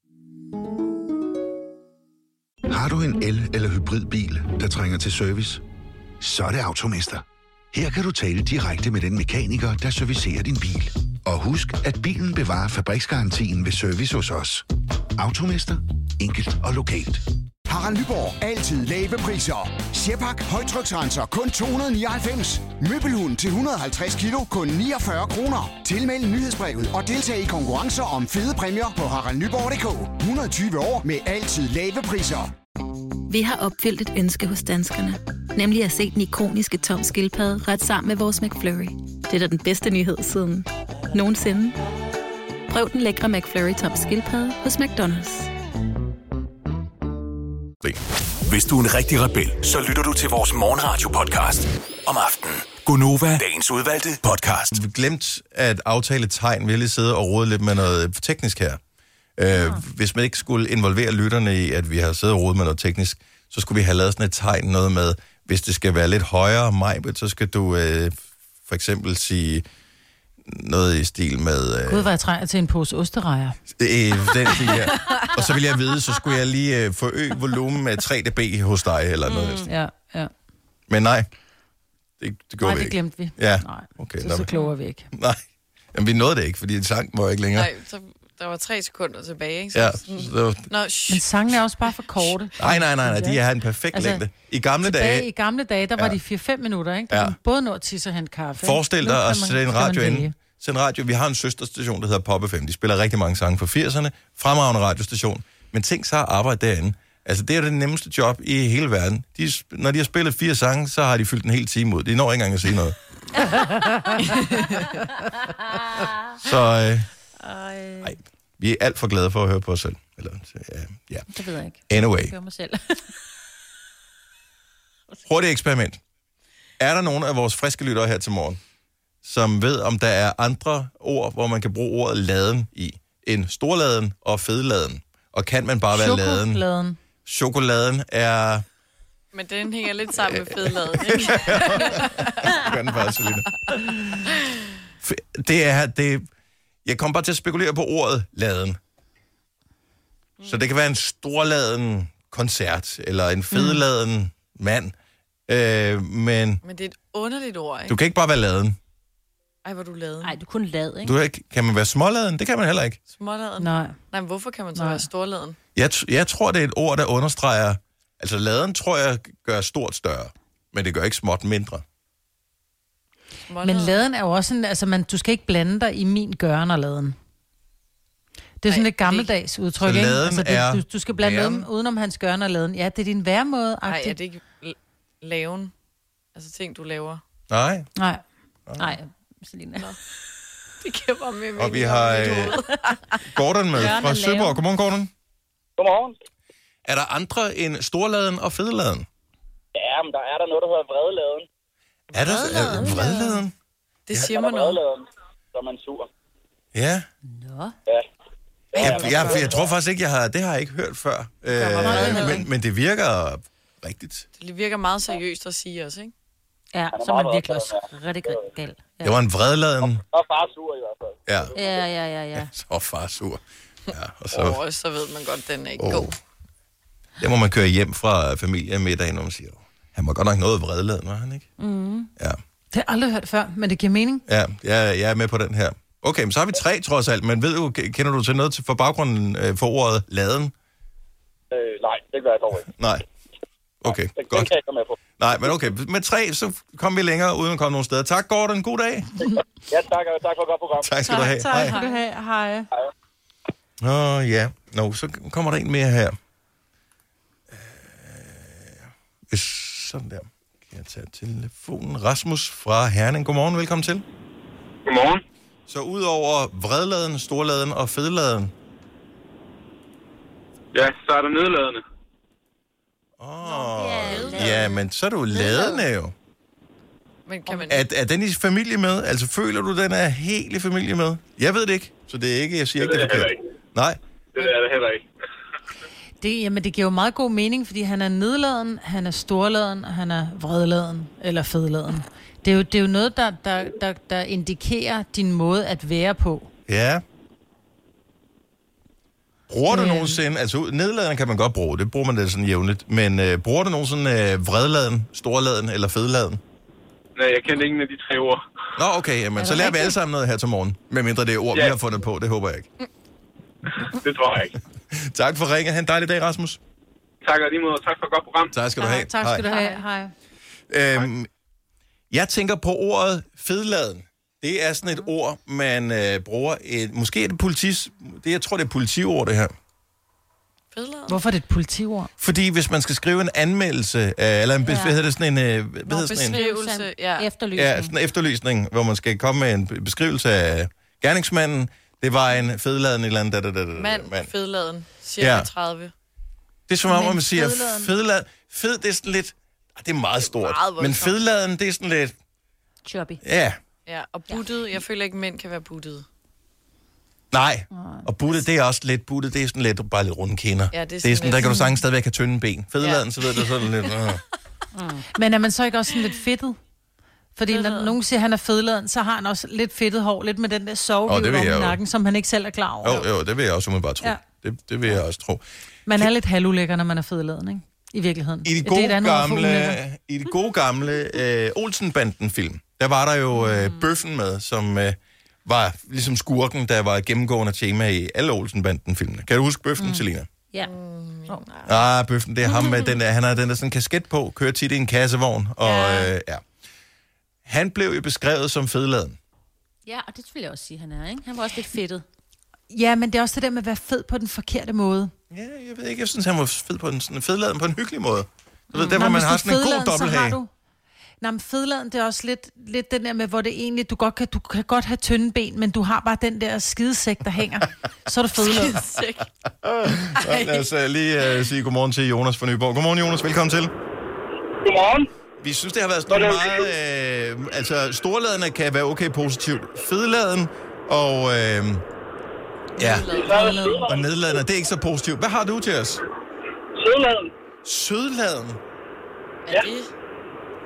S7: Har du en el- eller hybridbil, der trænger til service? Så er det Automester. Her kan du tale direkte med den mekaniker, der servicerer din bil. Og husk, at bilen bevarer fabriksgarantien ved service hos os. Automester. Enkelt og lokalt.
S8: Harald Nyborg. Altid lave priser. Sjehpak. Højtryksrenser. Kun 299. Møbelhund til 150 kilo. Kun 49 kroner. Tilmeld nyhedsbrevet og deltag i konkurrencer om fede præmier på haraldnyborg.dk. 120 år med altid lave priser.
S9: Vi har opfyldt et ønske hos danskerne. Nemlig at se den ikoniske tom skildpadde ret sammen med vores McFlurry. Det er da den bedste nyhed siden nogensinde. Prøv den lækre McFlurry tom skildpadde hos McDonald's.
S6: Hvis du er en rigtig rebel, så lytter du til vores morgenradio-podcast om aftenen. Gunova, dagens udvalgte podcast.
S1: Vi glemte at aftale et tegn. Vi har lige siddet og rodet lidt med noget teknisk her. Øh, Hvis man ikke skulle involvere lytterne i, at vi har siddet og rodet med noget teknisk, så skulle vi have lavet sådan et tegn, noget med, hvis det skal være lidt højere majbet, så skal du øh, for eksempel sige noget i stil med...
S2: Gud, hvor jeg trænger til en pose osterejer.
S1: Øh, den stil her. Og så ville jeg vide, så skulle jeg lige øh, forøge volumen med 3 dB hos dig, eller noget. Mm.
S2: Ja, ja.
S1: Men nej, det, det gjorde
S2: Nej,
S1: vi
S2: det
S1: ikke.
S2: glemte vi.
S1: Ja,
S2: Nej,
S1: okay.
S2: så,
S1: nå,
S2: så
S1: men-
S2: kloger vi ikke.
S1: Nej, Jamen, vi nåede det ikke, fordi sangen var ikke længere.
S3: Nej, så der var tre sekunder tilbage, ikke? Så
S1: Ja,
S3: sådan-
S1: så det var-
S3: Nå, shh.
S2: Men sangene er også bare for korte.
S1: Nej, nej, nej, nej, de har en perfekt altså,
S2: Altså,
S1: længde. I gamle
S2: Tilbage
S1: dage,
S2: i gamle dage, der var
S1: Ja.
S2: de 4-5 minutter, ikke? Der
S1: Ja.
S2: ja. både nå at tisse og hente kaffe. ikke?
S1: forestil
S2: Nu
S1: dig
S2: kan
S1: at
S2: man-
S1: sætte en
S2: kan man
S1: radio ind.
S2: vælge.
S1: Send radio. Vi har en søsterstation, der hedder Poppe 5. De spiller rigtig mange sange fra 80'erne. Fremragende radiostation. Men tænk så at arbejde derinde. Altså, det er jo det nemmeste job i hele verden. De, når de har spillet fire sange, så har de fyldt en hel time ud. De når ikke engang at sige noget. Så øh,
S5: Ej.
S1: Ej. Vi er alt for glade for at høre på os selv. Eller, ja, ja.
S4: Det ved jeg ikke.
S1: Anyway.
S4: Jeg hører mig selv.
S1: Hurtigt eksperiment. Er der nogen af vores friske lyttere her til morgen, som ved, om der er andre ord, hvor man kan bruge ordet laden i, end storladen og fedladen? Og kan man bare være laden?
S2: Chokoladen.
S1: Chokoladen er...
S3: Men den hænger lidt sammen
S1: Øh.
S3: med fedladen, ikke?
S1: Gør den bare, Selina. F- Det er... Det... Jeg kom bare til at spekulere på ordet laden. Så det kan være en storladen koncert, eller en fedladen mand. Øh, men
S3: Men det er et underligt ord, ikke?
S1: du kan ikke bare være laden.
S3: Ej, hvor er du laden. Nej, du er kun lad,
S1: Du er ikke, kan man være småladen? Det kan man heller ikke.
S3: Småladen? Nej. Nej, men hvorfor kan man så Nej. være storladen?
S1: Jeg, t- jeg tror, det er et ord, der understreger... Altså, laden tror jeg gør stort større, men det gør ikke småt mindre.
S2: Men laden er jo også en... Altså, man, du skal ikke blande dig i min gøren og laden. Det er sådan et gammeldags udtryk,
S1: Så
S2: ikke?
S1: laden
S2: Altså,
S1: er
S2: det, du, du skal blande
S1: væren?
S2: dem udenom hans gøren og laden. Ja, det er din væremåde.
S3: Nej, er det ikke l- laven? Altså ting, du laver.
S1: Nej.
S2: Nej.
S4: Nej, Selina.
S3: Det giver bare mere
S1: Og vi har øh, Gordon med
S3: Jørgen
S1: fra
S3: er
S1: Søborg.
S3: lav.
S1: Godmorgen, Gordon.
S10: Godmorgen.
S1: Er der andre end storladen og fedeladen?
S10: Ja, men der er der noget, der hedder vredladen.
S1: Er der er, vredladen?
S3: Det
S10: siger man noget. Vredladen, som man sur.
S1: Ja.
S4: Nå.
S10: Ja.
S1: Jeg, jeg, jeg, jeg tror faktisk ikke, jeg har... Det har jeg ikke hørt før. Øh, men, men det virker rigtigt.
S3: Det virker meget seriøst at sige os, ikke?
S4: Ja,
S3: så er man
S4: virkelig også rigtig gal.
S1: Det var en vredladen.
S10: Og far sur i hvert fald.
S1: Ja.
S4: Ja, ja, ja, ja.
S1: Så far sur. Ja, og så...
S3: Åh, oh, så ved man godt, den er ikke oh.
S1: Åh.
S3: god.
S1: Der må man køre hjem fra familiemiddagen, når man siger, han var godt nok noget vredladen, var han ikke?
S2: Mm.
S1: Ja.
S2: Det har jeg aldrig hørt før, men det giver mening.
S1: Ja, jeg, jeg er med på den her. Okay, men så har vi tre trods alt, men ved du, kender du til noget til, for baggrunden øh, for ordet laden?
S10: Øh, nej, det gør jeg dog ikke.
S1: Nej. Okay,
S10: Den, den
S1: godt.
S10: kan jeg ikke gå med på.
S1: Nej, men okay, med tre, så kom vi længere, uden at komme nogen steder. Tak, Gordon. God dag.
S10: Ja, tak, og tak for et godt program.
S1: Tak skal du have.
S2: Tak skal du have. Hej.
S1: Åh, oh, ja. Nå, så kommer der en mere her. Øh, hvis- Sådan der. Kan jeg tage telefonen? Rasmus fra Herning. Godmorgen, velkommen til.
S10: Godmorgen.
S1: Så udover vredladen, storladen og fedladen.
S11: Ja, så er der nedladende.
S1: Åh, oh, ja, men så er du ladende jo.
S3: Men kan man...
S1: Er, er den i familie med? Altså, føler du, den er helt i familie med? Jeg ved det ikke, så det er ikke, jeg siger
S11: Det
S1: ikke, det
S11: ved
S1: er
S11: jeg heller
S1: forkert. Nej,
S11: Det er det heller ikke.
S2: Det, jamen, det giver jo meget god mening, fordi han er nedladen, han er storladen, og han er vredladen eller fedladen. Det er jo, det er jo noget, der, der, der, der indikerer din måde at være på.
S1: ja. Bruger du
S2: Øhm.
S1: nogensinde, altså ud- nedladen kan man godt bruge, det bruger man da sådan jævnligt, men øh, bruger du nogensinde øh, vredladen, storladen eller fedladen?
S11: Nej, jeg kendte ingen af de tre ord.
S1: Nå, okay, jamen,
S11: det
S1: så lærer vi
S11: rigtigt?
S1: alle sammen noget her til morgen, medmindre det er ord, vi
S11: Ja.
S1: har fundet på, det håber jeg ikke.
S11: Det tror jeg ikke.
S1: tak for ringet, han en dejlig dag, Rasmus.
S11: Tak og lige måde, og tak for et godt program.
S1: Tak skal du have.
S2: Tak skal du have. Hej.
S1: Øhm, jeg tænker på ordet fedladen. Det er sådan et ord, man øh, bruger. Et, måske er det politis... Det, jeg tror, det er politiord, det her.
S2: Hvorfor er det et politiord?
S1: Fordi hvis man skal skrive en anmeldelse, øh, eller en, ja. hvad
S2: Ja.
S1: hedder det, sådan en... øh, Hvad hedder sådan en?
S3: Beskrivelse, ja.
S4: Efterlysning.
S1: Ja, sådan en efterlysning, hvor man skal komme med en be- beskrivelse af gerningsmanden. Det var en fedladen et eller andet... Da, da, da, da, da,
S3: Mand,
S1: mand.
S3: fedladen, cirka
S1: Ja.
S3: ja. 30.
S1: Det er som om,
S3: Men
S1: at man siger,
S3: fedladen-
S1: fedladen... Fed, det er sådan lidt... Ah, Det er meget stort.
S3: meget
S1: men
S3: voldsomt.
S1: fedladen, det er sådan lidt...
S4: Chubby.
S1: Ja,
S3: Ja, og buttet. Jeg føler ikke, mænd kan være buttet.
S1: Nej. Og buttet, det er også lidt buttet. Det er sådan lidt, bare lidt runde kinder.
S3: Ja, det er
S1: det er sådan,
S3: sådan
S1: der
S3: lidt-
S1: kan du sagtens stadigvæk have tynde ben. Fedeladen, ja.
S3: Ja.
S1: så ved du sådan lidt... Øh.
S2: Mm. Men er man så ikke også sådan lidt fedtet? Fordi når nogen siger, at han er fedladen, så har han også lidt fedtet hår, lidt med den der
S1: Åh, det
S2: soverøv
S1: vil
S2: oh,
S1: jeg
S2: om
S1: jo.
S2: nakken, som han ikke selv er klar over.
S1: Jo, jo, det vil jeg også umiddelbart tro. Ja.
S2: Ja.
S1: Det, det vil jeg også tro.
S2: Man er lidt halvulækker, når man er fedladen, ikke? I virkeligheden.
S1: I de
S2: Det er
S1: gode
S2: et andet ord for ulækker.
S1: gamle, i de gode gamle øh, Olsenbanden-film, der var der jo
S2: Mm.
S1: øh, bøffen med, som øh, var ligesom skurken, der var et gennemgående tema i alle Olsenbanden-filmene. Kan du huske bøffen, mm. Selina?
S4: Ja.
S1: Ah, bøffen, det er ham med den der, han har den der sådan kasket på, kører tit i en kassevogn, og ja. Øh, ja. Han blev jo beskrevet som fedladen.
S4: Ja, og det vil jeg også sige, han er, ikke? Han var også lidt fedtet.
S2: Ja, men det er også det der med at være fed på den forkerte måde.
S1: Ja, jeg ved ikke, jeg synes, han var fed på en, sådan, fedladen på en hyggelig måde. Du ved,
S2: Mm.
S1: der, hvor
S2: Nej,
S1: man
S2: hvis
S1: har
S2: du er
S1: sådan en god
S2: fedladen, så har
S1: dobbelthage.
S2: du- Nå, men fedladen, det er også lidt, lidt den der med, hvor det egentlig, du godt kan, du kan godt have tynde ben, men du har bare den der skidesæk, der hænger. Så er du fedlad.
S3: Skidesæk.
S1: Så lad os øh, lige øh, sige godmorgen til Jonas fra Nyborg. Godmorgen, Jonas. Velkommen til.
S10: Godmorgen.
S1: Vi synes, det har været sådan meget... Øh, altså, storladene kan være okay positivt. Fedladen og... Øh, ja, og nedladende. Det er ikke så positivt. Hvad har du til os?
S10: Sødladen.
S1: Sødladen?
S3: Er det...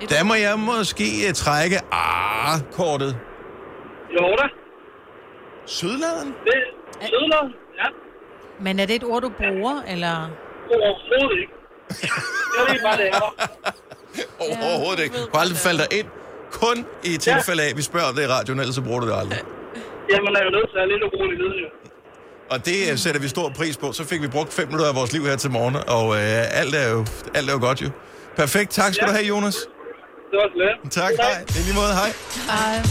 S1: Der må jeg måske øh, trække ah, ah-kortet.
S10: Jo da.
S1: Sødladen?
S10: Det er sødladen. Ja,
S2: Men er det et ord, du bruger, eller?
S10: overhovedet ikke. Jeg ved bare, det er der.
S1: Overhovedet ikke. Kunne aldrig falde dig ind. Kun i tilfælde af, at vi spørger om det i radioen, ellers så bruger du det aldrig.
S10: Jamen, er jo nødt til at lidt urolig lyd, jo.
S1: Og det øh, sætter vi stor pris på. Så fik vi brugt fem minutter af vores liv her til morgen, og øh, alt, er jo, alt er jo godt jo. Perfekt. Tak skal ja. du have, Jonas.
S10: Det var slet.
S1: Tak. Hej. I lige måde, hej.
S3: Hej.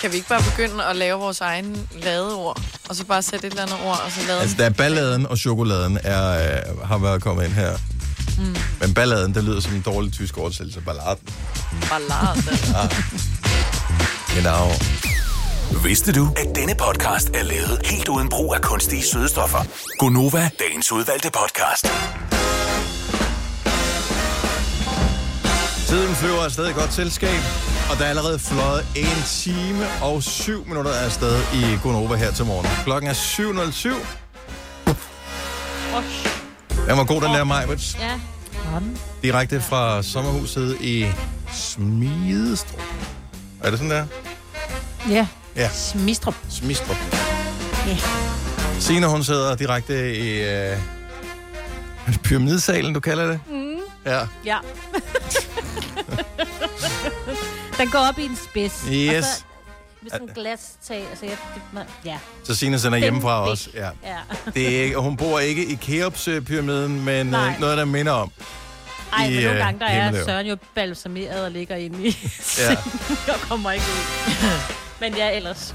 S3: Kan vi ikke bare begynde at lave vores egen ladeord, og så bare sætte et eller andet ord, og så lade
S1: Altså, der er balladen og chokoladen er, øh, har været kommet ind her.
S3: Mm.
S1: Men balladen, det lyder som en dårlig tysk oversættelse. Ah. Balladen.
S3: ballade?
S1: Ja. Genau.
S6: Vidste du, at denne podcast er lavet helt uden brug af kunstige sødestoffer?
S1: Gunova.
S6: Dagens udvalgte podcast.
S1: Tiden flyver afsted i godt selskab, og der er allerede fløjet en time og syv minutter afsted i Gunova her til morgen. Klokken er 7.07. Den var god, den der Majbets.
S4: Ja.
S1: Direkte fra sommerhuset i Smidestrup. Er det sådan der?
S2: Ja.
S1: Ja.
S2: Smistrup.
S1: Smidestrup.
S2: Ja.
S1: Signe, hun sidder direkte i øh, pyramidesalen, du kalder det?
S4: Mm.
S1: Ja.
S4: Ja. den går op i en spids. Og
S1: Yes.
S4: så, med sådan en glas tag, altså jeg, det, man, ja.
S1: Så Signe sender
S4: Den
S1: hjemmefra
S4: væk.
S1: også. Ja.
S4: ja.
S1: Det er ikke, og hun bor ikke i Keops-pyramiden, men
S4: Nej.
S1: Nej. noget, der minder om.
S4: Ej,
S1: i,
S4: men nogle
S1: øh,
S4: gange, der er
S1: Himmeløv.
S4: Søren jo balsameret og ligger inde i
S1: Ja.
S4: ja. Jeg kommer ikke ud. Men ja, ellers.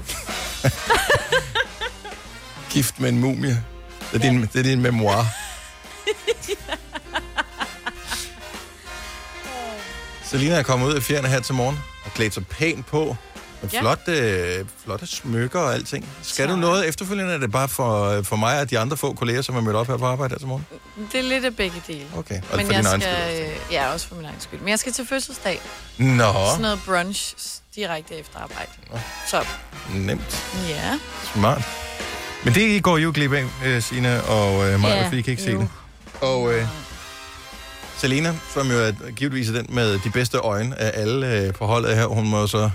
S1: Gift med en mumie. Det er din, det er din memoir. Selina er kommet ud af fjerne her til morgen og klædt sig pænt på. Med
S12: Ja.
S1: ja. flotte, øh, flotte smykker og alting. Skal du noget efterfølgende? Er det bare for, øh, for mig og de andre få kolleger, som er mødt op her på arbejde her til morgen?
S3: Mm. Det er lidt af begge dele.
S1: Okay, og
S3: Men
S1: for
S3: jeg
S1: din egen
S3: skal, øh, ja, også for min egen skyld. Men jeg skal til fødselsdag.
S1: Nå,
S3: Sådan noget brunch s- direkte efter arbejde. Så,
S1: nemt.
S3: ja.
S1: Smart. Men det går I jo glip af, øh, Sina og øh, mig,
S3: Ja,
S1: yeah, fordi I kan ikke
S3: jo.
S1: se det. Og øh, Selena, som jo er givetvis er den med de bedste øjne af alle øh, på holdet her, hun må jo så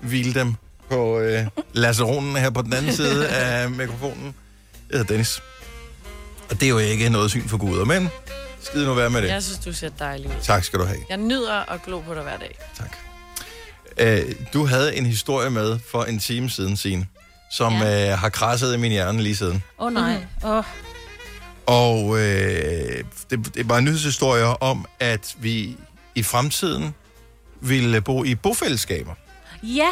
S1: hvile dem på øh, laseronen her på den anden side af mikrofonen. Jeg hedder Dennis. Og det er jo ikke noget syn for guder, men skide nu være med det.
S3: Jeg synes, du ser dejlig ud.
S1: Tak skal du have.
S3: Jeg nyder at glo på dig hver dag.
S1: Øh, du havde en historie med for en time siden, Signe, som ja. øh, har krasset i min hjerne lige siden.
S4: Åh oh, nej.
S3: Mhm.
S4: Åh. Oh.
S1: Og øh, det, det var en nyhedshistorie om, at vi i fremtiden ville bo i bofællesskaber.
S4: Ja.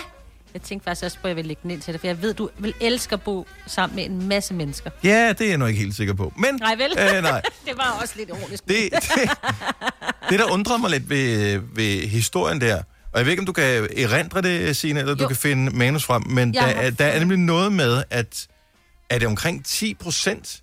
S4: Jeg tænkte faktisk også på, at jeg vil lægge den ind til dig, for jeg ved, du vil elske at bo sammen med en masse mennesker.
S1: Ja, det er jeg nu ikke helt sikker på. Men
S4: Nej, vel?
S1: Øh, nej.
S4: det var også lidt ironisk.
S1: Det- det- det, der undrer mig lidt ved, ved historien der, og jeg ved ikke, om du kan erindre det, Signe, eller du
S4: Jo.
S1: kan finde manus frem, men
S4: Jeg
S1: der,
S4: har
S1: er, der er nemlig noget med, at er det omkring 10 procent,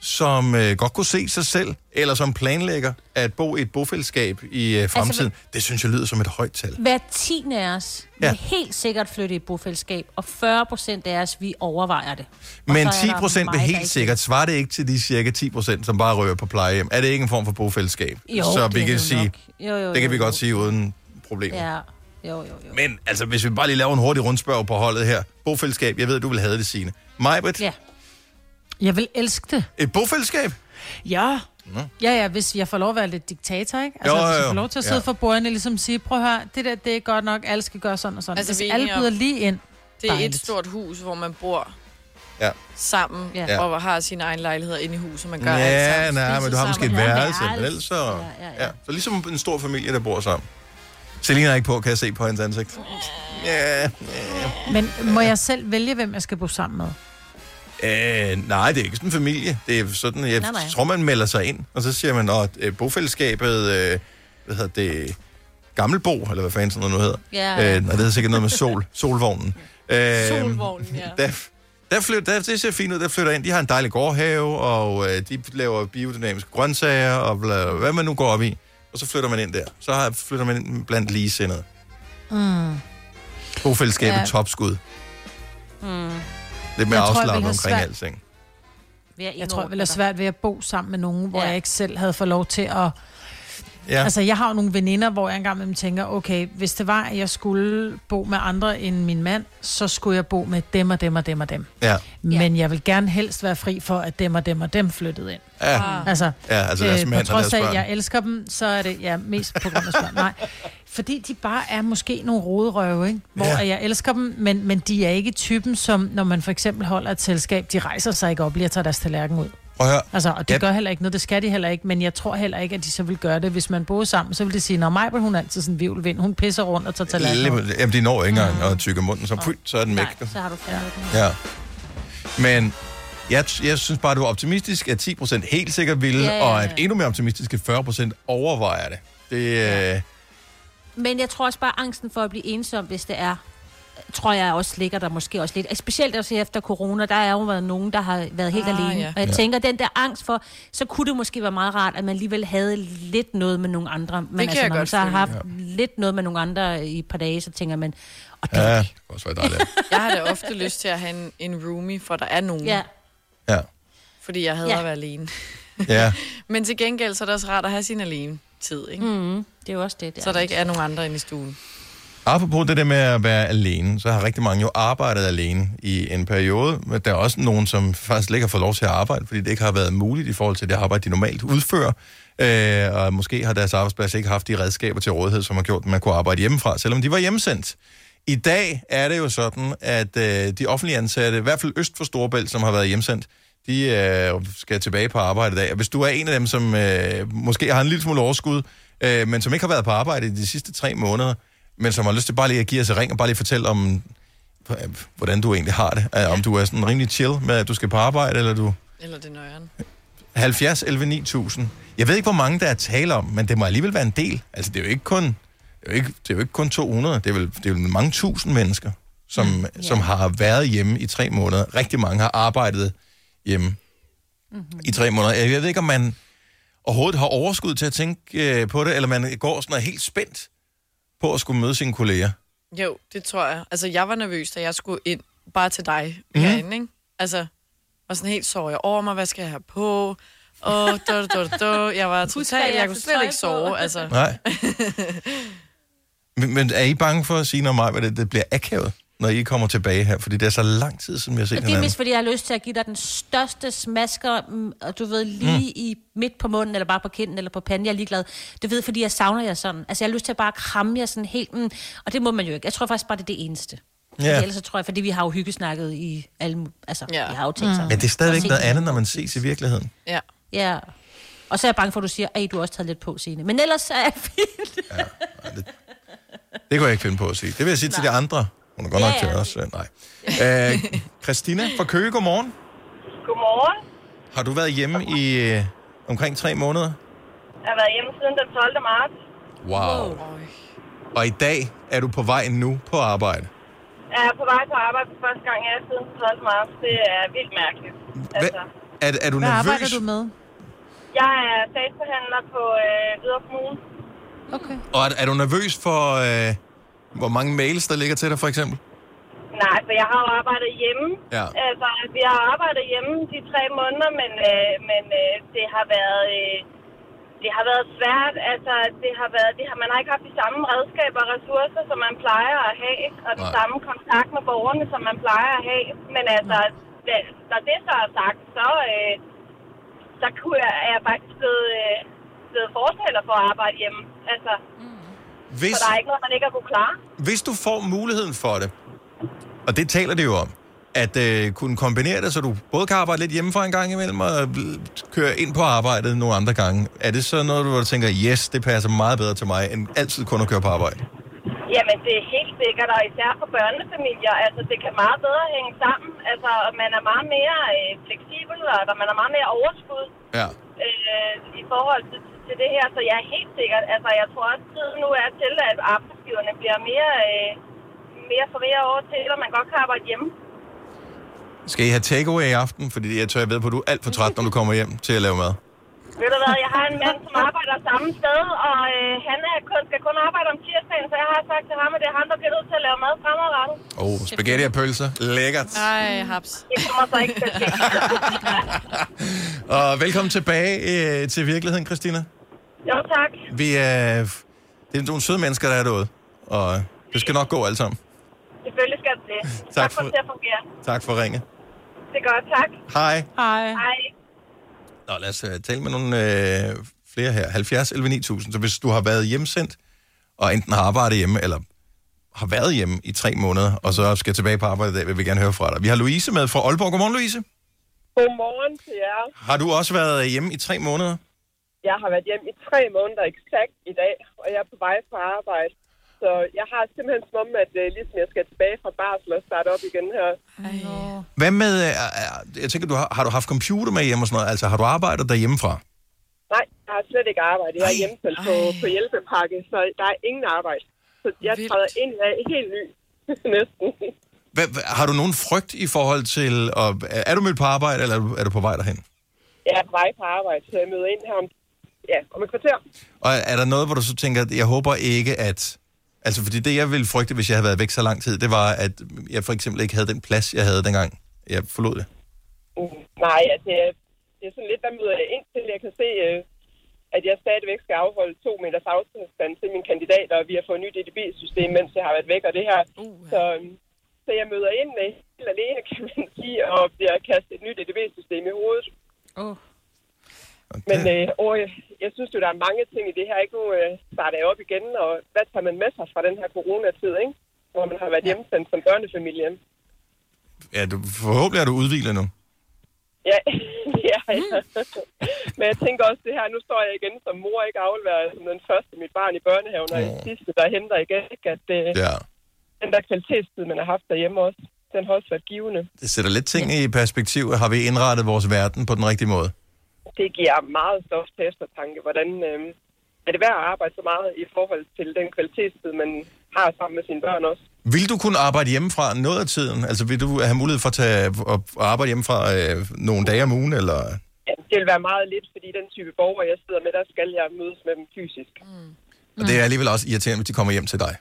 S1: som øh, godt kunne se sig selv, eller som planlægger at bo i et bofællesskab i øh, fremtiden. Altså, det synes jeg lyder som et højt tal.
S4: Hver tiende af os vil
S1: Ja.
S4: helt sikkert flytte i et bofællesskab, og 40 procent af os, vi overvejer det. Og
S1: Men
S4: så er
S1: 10
S4: der
S1: procent vil
S4: mig, der
S1: helt
S4: ikke-
S1: sikkert, svarer det ikke til de cirka 10 procent, som bare rører på plejehjem. Er det ikke en form for bofællesskab?
S4: Jo,
S1: så
S4: det
S1: vi
S4: er
S1: kan
S4: det
S1: sige,
S4: nok. Jo, jo,
S1: det kan
S4: jo,
S1: vi
S4: jo.
S1: godt sige uden problemer.
S4: Ja, jo, jo, jo.
S1: Men altså, hvis vi bare lige laver en hurtig rundspørg på holdet her. Bofællesskab, jeg ved, du vil have det, Signe. Majbrit,
S2: Ja. Jeg vil elske det.
S1: et bofællesskab?
S2: Ja.
S1: Nå.
S2: Ja, ja, hvis jeg får lov at være lidt diktator, ikke? Altså,
S1: Jo,
S2: jo, jo,
S1: jo,
S2: hvis jeg
S1: jo.
S2: får lov til at sidde
S1: Ja.
S2: ja. for bordene og ligesom sige, prøv at høre, det der, det er godt nok, alle skal gøre sådan og sådan.
S3: Altså,
S2: Altså,
S3: vi er
S2: hvis alle
S3: enige om-
S2: byder lige ind,
S3: Det er et
S2: dejligt.
S3: stort hus, hvor man bor
S1: Ja.
S3: sammen,
S1: Ja.
S3: ja. og har sin egen lejlighed inde i huset, man gør alt
S1: Ja,
S3: sammen.
S1: nej,
S3: spiser
S1: men du har måske et
S3: sammen.
S1: værelse, men ellers så... Ja, ja, ja. Så ligesom en stor familie, der bor sammen. Selina er ikke på, kan jeg se på hendes ansigt. Ja,
S2: Men må jeg selv vælge, hvem jeg skal bo sammen med?
S3: Mm.
S1: Øh, nej, det er ikke sådan en familie. Det er sådan, jeg
S2: Nej, nej.
S1: tror, man melder sig ind, og så siger man, at bofællesskabet øh, hvad hedder det, Gammelbo, eller hvad fanden sådan noget nu hedder.
S3: Ja.
S1: Øh, og det hedder sikkert noget med sol, solvognen. Øh,
S3: Solvognen, ja.
S1: Der, der flytter, der, det ser fint ud, der flytter ind. De har en dejlig gårdhave, og øh, de laver biodynamiske grøntsager, og bla, hvad man nu går op i. Og så flytter man ind der. Så har, flytter man ind blandt ligesindede.
S2: Mm.
S1: Bofællesskabet,
S2: Ja.
S1: ja. topskud.
S2: Mm.
S1: Lidt mere
S2: Jeg tror,
S1: afslappet
S2: jeg ville have
S1: omkring
S2: svært-
S1: alting.
S2: Jeg tror, jeg ville have svært ved at bo sammen med nogen, hvor ja. jeg ikke selv havde fået lov til at...
S1: Ja.
S2: Ja. Altså, jeg har jo nogle veninder, hvor jeg engang imellem tænker, okay, hvis det var, at jeg skulle bo med andre end min mand, så skulle jeg bo med dem og dem og dem og dem.
S1: Ja.
S2: Men jeg vil gerne helst være fri for, at dem og dem og dem flyttede ind.
S1: Ja.
S2: Altså,
S1: Ja, altså deres mand og
S2: på trods
S1: deres
S2: af,
S1: børn.
S2: at jeg elsker dem, så er det ja, mest på grund af børn. Nej, fordi de bare er måske nogle roderøve, ikke? hvor
S1: Ja.
S2: ja. jeg elsker dem, men, men de er ikke typen, som når man for eksempel holder et selskab, de rejser sig ikke op lige og tager deres tallerken ud.
S1: Prøv at høre.
S2: Altså, og det
S1: Ja.
S2: ja. gør heller ikke noget, det skal de heller ikke, men jeg tror heller ikke, at de så vil gøre det. Hvis man boede sammen, så vil de sige, når Majbel, hun er altid sådan en vivlvind, hun pisser rundt og tager tallerken ud.
S1: Lidt- Jamen, de når ikke engang at tykke munden, så, pyt, så er den væk.
S2: så har du fjernet ja.
S1: Ja. Men jeg, t- jeg synes bare, du er optimistisk, at 10% helt sikkert vil,
S4: Ja,
S1: ja,
S4: ja,
S1: ja,
S4: ja.
S1: ja. og at endnu mere optimistisk, at 40% overvejer det. Det, ja. øh,
S4: Men jeg tror også bare, angsten for at blive ensom, hvis det er, tror jeg også ligger der måske også lidt. Altså, Specielt også efter corona, der er jo været nogen, der har været helt ah,
S5: Ah,
S4: alene.
S5: ja.
S4: Ja. Og jeg
S5: Ja.
S4: tænker, den der angst for, så kunne det måske være meget rart, at man alligevel havde lidt noget med nogle andre. Men
S3: kan
S4: altså,
S3: jeg
S4: når man
S3: godt
S4: så har
S3: følge.
S4: haft ja. lidt noget med nogle andre i et par dage, så tænker man,
S1: ja, det kan også være dejligt.
S3: Jeg har da ofte lyst til at have en, en roomie, for der er nogen.
S4: Ja.
S1: Ja.
S3: Fordi jeg havde
S4: Ja.
S3: at være alene.
S1: Ja.
S3: Men til gengæld så er det også rart at have sin alene tid, ikke?
S4: Mm, det er jo også det. det
S3: Så der ikke er nogen andre inde i stuen.
S1: Apropos det der med at være alene, så har rigtig mange jo arbejdet alene i en periode, men der er også nogen, som faktisk slet ikke har fået lov til at arbejde, fordi det ikke har været muligt i forhold til det arbejde, de normalt udfører, øh, og måske har deres arbejdsplads ikke haft de redskaber til rådighed, som har gjort, at man kunne arbejde hjemmefra, selvom de var hjemsendt. I dag er det jo sådan, at øh, de offentlige ansatte, i hvert fald øst for Storebælt, som har været hjemsendt, de øh, skal tilbage på arbejde i dag. Og hvis du er en af dem, som øh, måske har en lille smule overskud, øh, men som ikke har været på arbejde i de sidste tre måneder, men som har lyst til bare lige at give os et ring og bare lige fortælle om, øh, hvordan du egentlig har det. Øh, Om du er sådan rimelig chill med, at du skal på arbejde, eller du...
S3: Eller det er nøjeren.
S1: 70, 11, 9000. Jeg ved ikke, hvor mange der er tale om, men det må alligevel være en del. Altså, det er jo ikke kun, det er jo ikke, det er jo ikke kun 200, det er, vel, det er jo mange tusind mennesker, som, mm, yeah. som har været hjemme i tre måneder. Rigtig mange har arbejdet hjemme mm-hmm. i tre måneder. Jeg ved ikke, om man overhovedet har overskud til at tænke øh, på det, eller man går sådan og er helt spændt på at skulle møde sine kolleger.
S3: Jo, det tror jeg. Altså, jeg var nervøs, da jeg skulle ind bare til dig
S1: Mhm.
S3: mm. herinde, ikke? Altså, og sådan helt sov jeg over mig, hvad skal jeg have på? Og da, da, da, da. Jeg var totalt,
S5: jeg
S3: jeg
S5: har
S3: kunne
S5: tøj
S3: slet ikke
S5: på.
S3: sove, altså.
S1: Nej. Men, men er I bange for at sige noget mig, at det, det bliver akavet, når I kommer tilbage her? Fordi det er så lang tid, siden vi har set
S4: Det er
S1: hinanden.
S4: mest, fordi jeg har lyst til at give dig den største smasker, mm, og du ved, lige mm.
S1: Mm.
S4: i midt på munden, eller bare på kinden, eller på panden. Jeg er ligeglad. Du ved, fordi jeg savner jer sådan. Altså, jeg har lyst til at bare kramme jer sådan helt. Mm, og det må man jo ikke. Jeg tror faktisk bare, det er det eneste.
S1: Ja.
S4: Ja. Ellers så tror jeg, fordi vi har jo hyggesnakket i alle... mu- Altså, ja. vi har jo tænkt
S1: Mm.
S4: sammen.
S1: Men det er
S4: Og
S1: stadigvæk
S4: set
S1: noget andet,
S4: hinanden.
S1: når man ses i virkeligheden.
S3: Ja.
S4: Ja. Og så er jeg bange for, at du siger, at du har også taget lidt på, Signe. Men ellers er jeg fint.
S1: Det kunne jeg ikke finde på at sige. Det vil jeg sige nej. til de andre. Hun er godt
S4: Ja,
S1: nok til
S4: ja.
S1: os. øh, Nej. Øh, Christina fra Køge, godmorgen.
S12: Godmorgen.
S1: Har du været hjemme i øh, omkring tre måneder?
S12: Jeg har været hjemme siden den 12. marts.
S1: Wow. Og i dag er du på vej nu på arbejde.
S12: Jeg er på vej på arbejde for første gang, jeg er siden den 12. marts. Det er vildt mærkeligt. Altså,
S1: Er, er du
S2: Hvad
S1: nervøs?
S2: arbejder du med?
S12: jeg er sagsbehandler på øh, Hvidovre Kommune.
S2: Okay.
S1: Og er, er du nervøs for, øh, hvor mange mails, der ligger til dig, for eksempel?
S12: Nej, for jeg har jo arbejdet hjemme.
S1: Ja.
S12: Altså, vi har arbejdet hjemme de tre måneder, men, øh, men øh, det har været... Øh, det har været svært, altså det har været, det har, man har ikke haft de samme redskaber og ressourcer, som man plejer at have, og den
S13: Nej.
S12: samme kontakt med borgerne, som man plejer at have. Men altså, da, når det så er sagt, så, øh, så kunne jeg, er jeg faktisk blevet, øh, blevet fortaler for at arbejde hjemme. Altså,
S1: Hvis,
S12: så der er ikke noget, man ikke har kunne klare.
S1: hvis du får muligheden for det, og det taler det jo om, at øh, kunne kombinere det, så du både kan arbejde lidt hjemmefra en gang imellem, og øh, køre ind på arbejdet nogle andre gange. Er det så noget, hvor du tænker, yes, det passer meget bedre til mig, end altid kun at køre på arbejde?
S12: Jamen, det er helt sikkert, og især for børnefamilier. Altså, det kan meget bedre hænge sammen. Altså, og man er meget mere øh, fleksibel, og der- man har meget mere overskud
S1: Ja.
S12: øh, i forhold til, til til det her, så jeg er helt sikkert, altså jeg tror også, tiden nu er til, at arbejdsgiverne bliver mere, øh, mere for mere over til, og man godt kan arbejde hjemme.
S1: Skal I have takeaway i aften? Fordi jeg tør, jeg ved på, at du er alt for træt, når du kommer hjem til at lave mad.
S12: Ved du hvad, jeg har en mand, som arbejder samme sted, og øh, han er kun, skal kun arbejde om tirsdagen, så jeg har sagt til ham, at det er ham, der bliver nødt til at lave mad fremadrettet.
S1: Åh, oh, spaghetti og pølser. Lækkert.
S12: Nej, haps. Det kommer så ikke til at ske.
S1: Og velkommen tilbage øh, til virkeligheden, Christina.
S12: Jo, tak.
S1: Vi er... Det er nogle søde mennesker, der er derude. Og det skal nok gå alt sammen.
S12: Selvfølgelig skal det det.
S1: Tak
S12: tak for at
S1: for-
S12: det til at fungere.
S1: Tak for ringet.
S12: Det er godt, tak.
S1: Hej.
S12: Hej. Hej.
S1: Nå, lad os øh, tale med nogle øh, flere her. 70 11 9000. Så hvis du har været hjemsendt, og enten har arbejdet hjemme, eller har været hjemme i tre måneder, og så skal tilbage på arbejde i dag, vil vi gerne høre fra dig. Vi har Louise med fra Aalborg. Godmorgen, Louise.
S13: Godmorgen til jer.
S1: Har du også været øh, hjemme i tre måneder?
S13: Jeg har været hjem i tre måneder eksakt i dag, og jeg er på vej fra arbejde. Så jeg har simpelthen som om, at øh, ligesom jeg skal tilbage fra barsel og starte op igen her.
S1: Hvad med, øh, øh, jeg tænker, du har, har du haft computer med hjemme og sådan noget? Altså, har du arbejdet derhjemmefra?
S13: Nej, jeg har slet ikke arbejdet. Jeg er hjemsendt på, på hjælpepakke, så der er ingen arbejde. Så jeg træder ind af helt ny næsten.
S1: Hvad, hvad- har du nogen frygt i forhold til, og er er du mødt på arbejde, eller er du- er du på vej derhen?
S13: Jeg er på vej fra arbejde, så jeg møder ind her om, ja, om et kvarter.
S1: Og er der noget, hvor du så tænker, at jeg håber ikke, at... Altså, fordi det, jeg ville frygte, hvis jeg havde været væk så lang tid, det var, at jeg for eksempel ikke havde den plads, jeg havde dengang. Jeg forlod det.
S13: Nej, altså, jeg- det er sådan lidt, hvad møder jeg ind til. Jeg kan se, øh, at jeg stadigvæk skal afholde to meters afstand til mine kandidater, og vi har fået nyt EDB-system, mens jeg har været væk, og det her. Så, øhm, så jeg møder ind med helt alene, kan man sige, og bliver kastet et nyt EDB-system i hovedet.
S2: Oh.
S13: Men øh, åh, jeg, jeg synes jo, der er mange ting i det her. Ikke? Nu øh, starter jeg op igen, og hvad tager man med sig fra den her coronatid, ikke? hvor man har været hjemsendt som børnefamilie?
S1: Ja, du, forhåbentlig er du udviklet nu.
S13: Ja, ja, ja. Men jeg tænker også det her, nu står jeg igen som mor, ikke afleverer som den første mit barn i børnehaven, og i sidste, der henter igen, ikke? at det,
S1: Ja.
S13: den der kvalitetstid, man har haft derhjemme også, den har også været givende.
S1: Det sætter lidt ting i perspektiv. Har vi indrettet vores verden på den rigtige måde?
S13: Det giver meget stof til eftertanke, hvordan øh, er det værd at arbejde så meget i forhold til den kvalitetstid, man har sammen med sine børn også.
S1: Vil du kunne arbejde hjemmefra noget af tiden? Altså, vil du have mulighed for at tage og og arbejde hjemmefra øh, nogle dage om ugen, eller...
S13: Ja, det vil være meget lidt, fordi den type borgere, jeg sidder med, der skal jeg mødes med dem fysisk.
S1: Og det er alligevel også irriterende, hvis de kommer hjem til dig.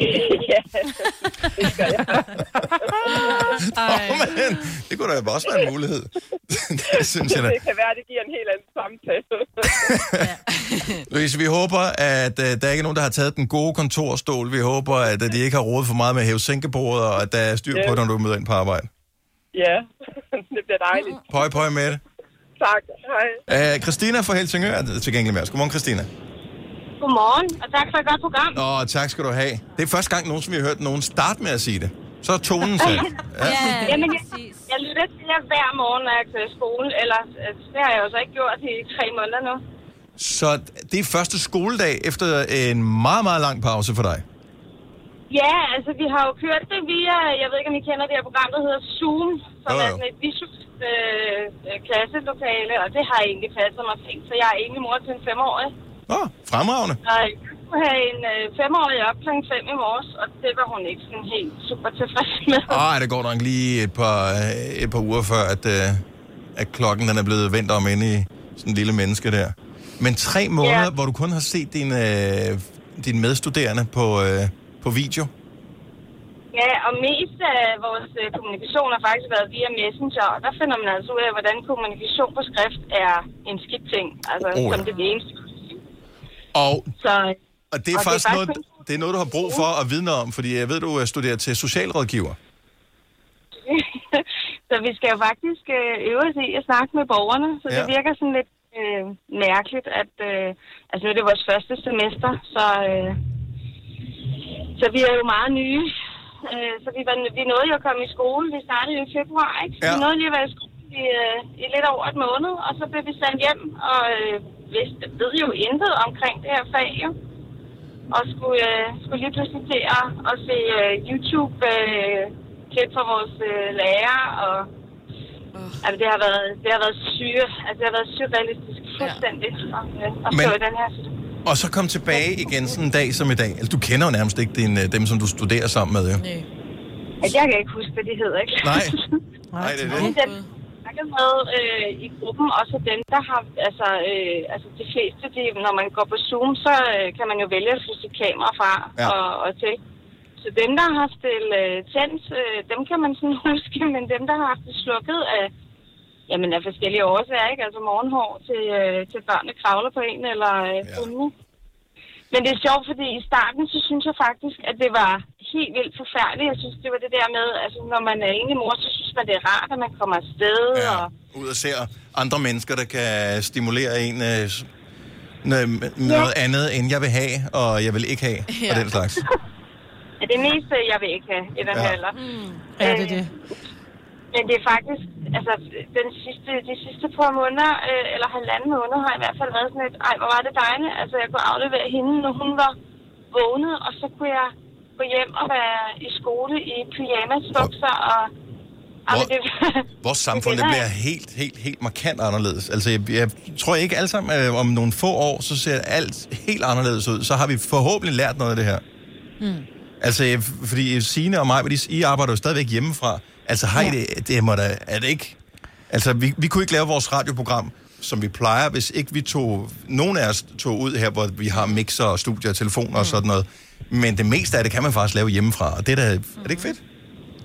S13: ja, det skal jeg.
S1: Åh, men, det kunne da også være en mulighed. det synes jeg da.
S13: Det kan være, det giver en helt anden samtale.
S1: Louise, vi håber, at øh, der ikke er nogen, der har taget den gode kontorstol. Vi håber, at øh, de ikke har rodet for meget med at hæve sænkebordet, og at der er styr på
S13: Ja.
S1: det, når du møder ind på arbejde.
S13: Ja, det bliver dejligt.
S1: Pøj, pøj med det.
S13: Tak. Hej.
S1: Øh, Christina fra Helsingør er tilgængelig med os. Godmorgen, Christina.
S14: Godmorgen, og tak for et godt program.
S1: Nå, tak skal du have. Det er første gang, nogen, som vi har hørt nogen starte med at sige det. Så er tonen sat. Ja.
S14: Jamen, jeg, jeg lytter til jer hver morgen, når jeg kører i skole. Ellers, øh, det har jeg jo så ikke gjort i tre måneder nu.
S1: Så det er første skoledag efter en meget, meget lang pause for dig.
S14: Ja, altså, vi har jo kørt det via, jeg ved ikke, om I kender det her program, der hedder Zoom, som
S1: Jo,
S14: er
S1: jo.
S14: sådan et visuelt øh, øh, klasselokale, og det har egentlig passet mig fint, så jeg er egentlig mor til en femårig.
S1: Nå, fremragende.
S14: Og jeg skulle have en øh, femårig op kl. 5 i morges, og det var hun ikke sådan helt super tilfreds med.
S1: Ej, Ah, det går nok lige et par, et par uger før, at, øh, at klokken den er blevet vendt om inde i sådan en lille menneske der. Men tre måneder,
S14: Ja.
S1: ja. hvor du kun har set dine, øh, dine medstuderende på, øh, på video.
S14: Ja, og mest af vores øh, kommunikation har faktisk været via Messenger, og der finder man altså ud af, hvordan kommunikation på skrift er en skidt ting, altså
S1: Oh,
S14: oh,
S1: ja.
S14: ja. som det eneste.
S1: Og,
S14: Så,
S1: og det er og faktisk det er noget, det er noget, du har brug for at vidne om, fordi jeg ved, du øh, studerer til socialrådgiver.
S14: så vi skal jo faktisk øh, øve os i at snakke med borgerne, så ja. det
S1: Ja.
S14: virker sådan lidt øh, mærkeligt, at øh, altså nu er det vores første semester, så, øh, så vi er jo meget nye. Øh, så vi, var, vi nåede jo at komme i skole, vi startede jo i februar, ikke? Så ja. vi nåede lige at være i skole i, øh, i lidt over et måned, og så blev vi sendt hjem, og øh, vidste, ved jo intet omkring det her fag, jo. Og skulle, øh, skulle lige pludselig til at, at se øh, YouTube-klip fra vores øh, lærer, og altså, det, har været, det har været syre, altså det har været surrealistisk. fuldstændig og, øh, og stå
S1: Men-
S14: i den her
S1: Og så kom tilbage igen sådan en dag som i dag. Altså, du kender jo nærmest ikke din, øh, dem, som du studerer sammen med. Jo.
S14: Altså, jeg kan ikke huske, hvad de hedder, ikke?
S1: Nej. Nej, det er det.
S14: Men dem, jeg snakkede med øh, i gruppen, og så dem, der har, altså, øh, altså de fleste, de, når man går på Zoom, så øh, kan man jo vælge at flytte sit kamera fra
S15: Ja.
S14: ja. og, og til. Så dem, der har haft det øh, tændt, øh, dem kan man sådan huske, men dem, der har haft det slukket af, jamen af forskellige årsager, ikke? Altså morgenhår til, øh, til børnene kravler på en eller øh, ja. Men det er sjovt, fordi i starten, så synes jeg faktisk, at det var helt vildt forfærdeligt. Jeg synes, det var det der med, altså når man er enig mor, så synes man, det er rart, at man kommer afsted. Ja. Og,
S1: Ud og ser andre mennesker, der kan stimulere en øh, s- noget, noget andet, end jeg vil have, og jeg vil ikke have, ja. og
S14: Ja.
S1: den slags.
S14: at det meste, jeg vil ikke have i den
S1: Ja.
S14: ja. alder. Mm.
S2: Ja, det er det.
S14: Men det er faktisk, altså den sidste, de sidste par måneder, øh, eller halvanden måned, har jeg i hvert fald været sådan et, ej, hvor var det dejligt. Altså jeg kunne aflevere hende, når hun var vågnet, og så kunne jeg gå hjem og være i skole i pyjamasbukser og... Ej, men det,
S1: Vores samfund det
S14: kender
S1: bliver
S14: jeg.
S1: helt, helt, helt markant anderledes. Altså, jeg, jeg tror ikke alle sammen, øh, om nogle få år, så ser alt helt anderledes ud. Så har vi forhåbentlig lært noget af det her.
S5: Mm.
S1: Altså, jeg- fordi Signe og mig, de, I arbejder jo stadigvæk hjemmefra. Altså, har I det, det må da, er det ikke? Altså, vi, vi kunne ikke lave vores radioprogram, som vi plejer, hvis ikke vi tog, nogen af os tog ud her, hvor vi har mixer og studier og telefoner og sådan noget. Men det meste af det kan man faktisk lave hjemmefra, og det er, da, er det ikke fedt?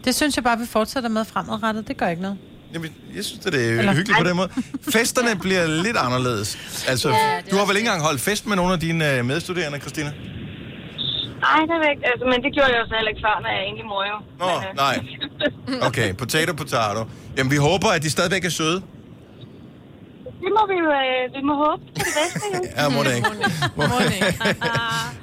S2: Det synes jeg bare, vi fortsætter med fremadrettet. Det gør ikke noget.
S1: Jamen, jeg synes, det er
S2: Eller-
S1: Eller, hyggeligt på
S2: Ej.
S1: den måde. Festerne bliver lidt anderledes. Altså,
S14: Ja, det
S1: ja,
S14: er
S1: du har vel ikke engang holdt fest med nogle af dine øh, medstuderende, Christina?
S14: Nej, det var ikke, altså, men det gjorde jeg jo så heller ikke før, når jeg egentlig mor jo.
S1: Nå, nej. Okay, potato, potato. Jamen, vi håber, at de stadigvæk er søde.
S14: Det må vi jo, øh, vi må håbe på det bedste, jo.
S1: Ja, må det ikke.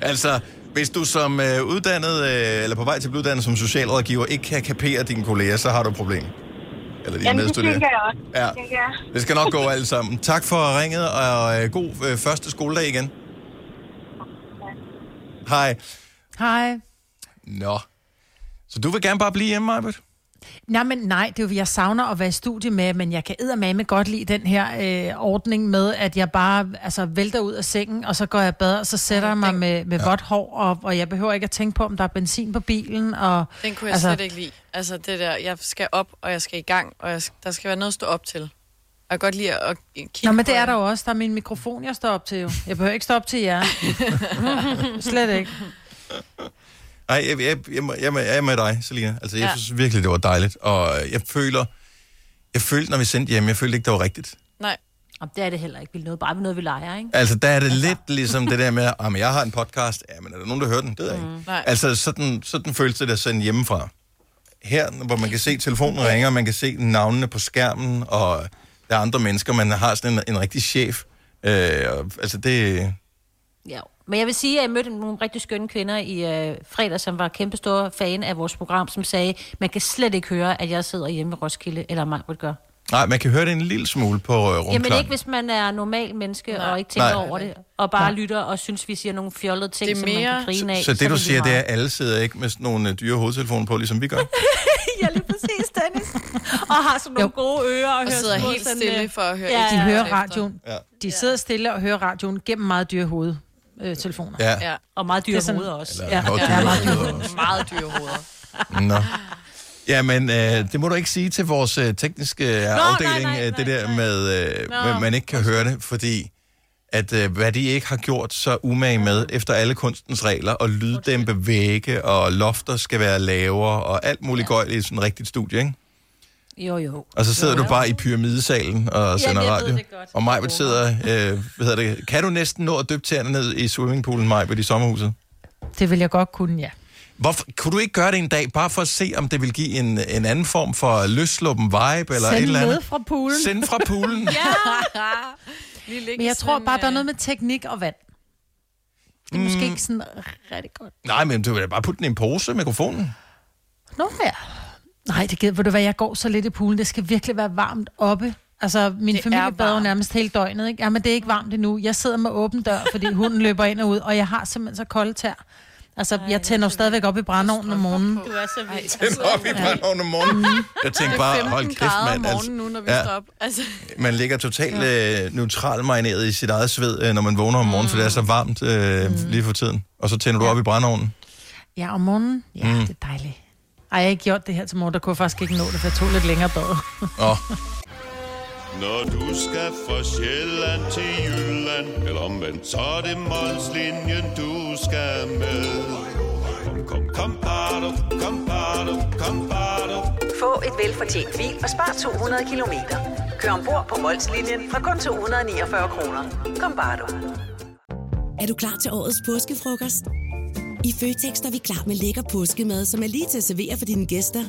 S1: Altså, hvis du som øh, uddannet, øh, eller på vej til at blive uddannet som socialrådgiver, ikke kan kapere dine kolleger, så har du et problem. Eller dine
S14: Jamen, det
S1: medstuderende.
S14: tænker jeg også.
S1: Ja.
S14: Det tænker jeg.
S1: Det skal nok gå alt sammen. Tak for ringet, og øh, god øh, første skoledag igen. Hej.
S2: Hej.
S1: Nå. Så du vil gerne bare blive hjemme, Majbert?
S2: Nej, men nej, det er jo, jeg savner at være i studie med, men jeg kan eddermame godt lide den her øh, ordning med, at jeg bare altså, vælter ud af sengen, og så går jeg i bad, og så sætter jeg mig med, med vådt hår, og, og jeg behøver ikke at tænke på, om der er benzin på bilen. Og,
S3: Den kunne jeg altså, slet ikke lide. Altså det der, jeg skal op, og jeg skal i gang, og jeg, skal- der skal være noget at stå op til. Og jeg kan godt lide at at kigge
S2: Nå, men
S3: på
S2: det er
S3: jer.
S2: der jo også. Der er min mikrofon, jeg står op til jo. Jeg behøver ikke stå op til jer. slet ikke.
S1: Nej, jeg, jeg, jeg, må- jeg, må- jeg er med dig, Selina. Altså, jeg
S3: Ja.
S1: ja. synes virkelig, det var dejligt. Og øh, jeg føler, jeg følte, når vi sendte hjem, jeg følte ikke, det var rigtigt.
S3: Nej.
S4: Og det er det heller ikke. Vi er noget, bare ved noget, vi leger, ikke?
S1: Altså, der er det lidt ligesom det der med, at jeg har en podcast. Ja, men er der nogen, der hører den? Det ved jeg ikke.
S4: Nej.
S1: Altså, sådan, sådan føles det der sendt hjemmefra. Her, hvor man kan se, telefonen ringer, man kan se navnene på skærmen, og der er andre mennesker, man har sådan en, en rigtig chef. Øh, og, altså, det...
S4: Ja. Men jeg vil sige, at jeg mødte nogle rigtig skønne kvinder i øh, fredag, som var kæmpe store fan af vores program, som sagde, man kan slet ikke høre, at jeg sidder hjemme i Roskilde, eller mig vil gøre.
S1: Nej, man kan høre det en lille smule på øh, rumklang.
S4: Jamen ikke, hvis man er normal menneske Nej. og ikke tænker
S1: Nej.
S4: Nej. over det, og bare Nej. lytter og synes, vi siger nogle fjollede ting,
S3: Det er
S4: som man
S3: mere-
S4: kan grine af.
S1: Så det,
S4: er
S1: du
S4: lige
S1: siger, det er,
S4: meget.
S1: at alle sidder ikke med sådan nogle øh, dyre hovedtelefoner på, ligesom vi gør.
S4: ja, lige præcis, Dennis. Og har sådan nogle gode ører og,
S3: Og
S4: hører
S3: sidder
S4: små
S3: helt
S4: sådan,
S3: stille
S4: øh,
S3: for at høre
S4: ja,
S3: et
S2: De
S4: ja.
S2: hører
S4: Efter.
S2: radioen.
S1: Ja.
S2: De sidder stille og hører radioen gennem meget dyre hovedtelefoner. Øh, telefoner.
S1: Ja. Ja.
S4: Og meget dyre
S2: Det er
S4: hoveder også.
S2: Ja,
S4: Eller-
S2: ja.
S1: og dyre
S2: ja meget dyre
S1: hoveder
S2: hoveder.
S3: meget dyre hoveder.
S1: Nå. Jamen, øh, det må du ikke sige til vores øh, tekniske øh, afdeling, nej, nej, det der med, øh,
S2: Nå.
S1: at man ikke kan høre det, fordi at øh, hvad de ikke har gjort så umage med, efter alle kunstens regler, og lyddæmpe vægge, og lofter skal være lavere, og alt muligt ja. gøjl i sådan et rigtigt studie, ikke?
S4: Jo, jo.
S1: Og så sidder du bare i pyramidesalen og sender
S4: jeg ved
S1: radio.
S4: det godt.
S1: Og Majbert sidder, øh, hvad hedder det, kan du næsten nå at dyppe tæerne ned i swimmingpoolen, Majbert, i sommerhuset?
S2: Det vil jeg godt kunne, ja.
S1: Hvorfor, kunne du ikke gøre det en dag, bare for at se, om det vil give en, en anden form for løsluppen vibe eller
S2: Send
S1: et eller
S2: med
S1: andet?
S2: fra poolen.
S1: Send fra poolen.
S2: ja. Men jeg tror bare,
S5: øh,
S2: der er noget med teknik og vand. Det er måske ikke sådan rigtig godt.
S1: Nej, men du vil da bare putte den i en pose, mikrofonen.
S2: Nå ja. Nej, det gider, ved du hvad, jeg går så lidt i poolen. Det skal virkelig være varmt oppe. Altså, min det familie bader jo nærmest hele døgnet, ikke? Jamen, det er ikke varmt endnu. Jeg sidder med åben dør, fordi hunden løber ind og ud, og jeg har simpelthen så kolde tær. Altså, jeg tænder jo stadigvæk op i brandovnen om morgenen.
S5: Du er så vild.
S1: Tænd op i brandovnen om
S2: Mhm.
S1: morgenen. Jeg tænkte bare, hold kæft, mand.
S5: altså. nu, når vi
S1: ja,
S5: står op. Altså,
S1: man ligger totalt øh, neutral marineret i sit eget sved, øh, når man vågner om morgenen, for det er så
S5: Mm.
S1: varmt øh, lige for tiden. Og så tænder du op i brandovnen.
S2: Ja, om morgenen. Ja,
S1: Mm.
S2: mm. det er dejligt. Ej, jeg har ikke gjort det her til morgen, der kunne jeg faktisk ikke nå det, for jeg tog lidt længere bad.
S1: Åh.
S15: Når du skal fra Sjælland til Jylland, eller omvendt, så er det Molslinjen, du skal med. Kom, kom, kom, bado, kom, bado, kom, bado.
S16: Få et velfortjent bil og spar 200 kilometer. Kør ombord på Molslinjen fra kun 249 kroner. Kom bare du.
S17: Er du klar til årets påskefrokost? I Føtex er vi klar med lækker påskemad, som er lige til at servere for dine gæster.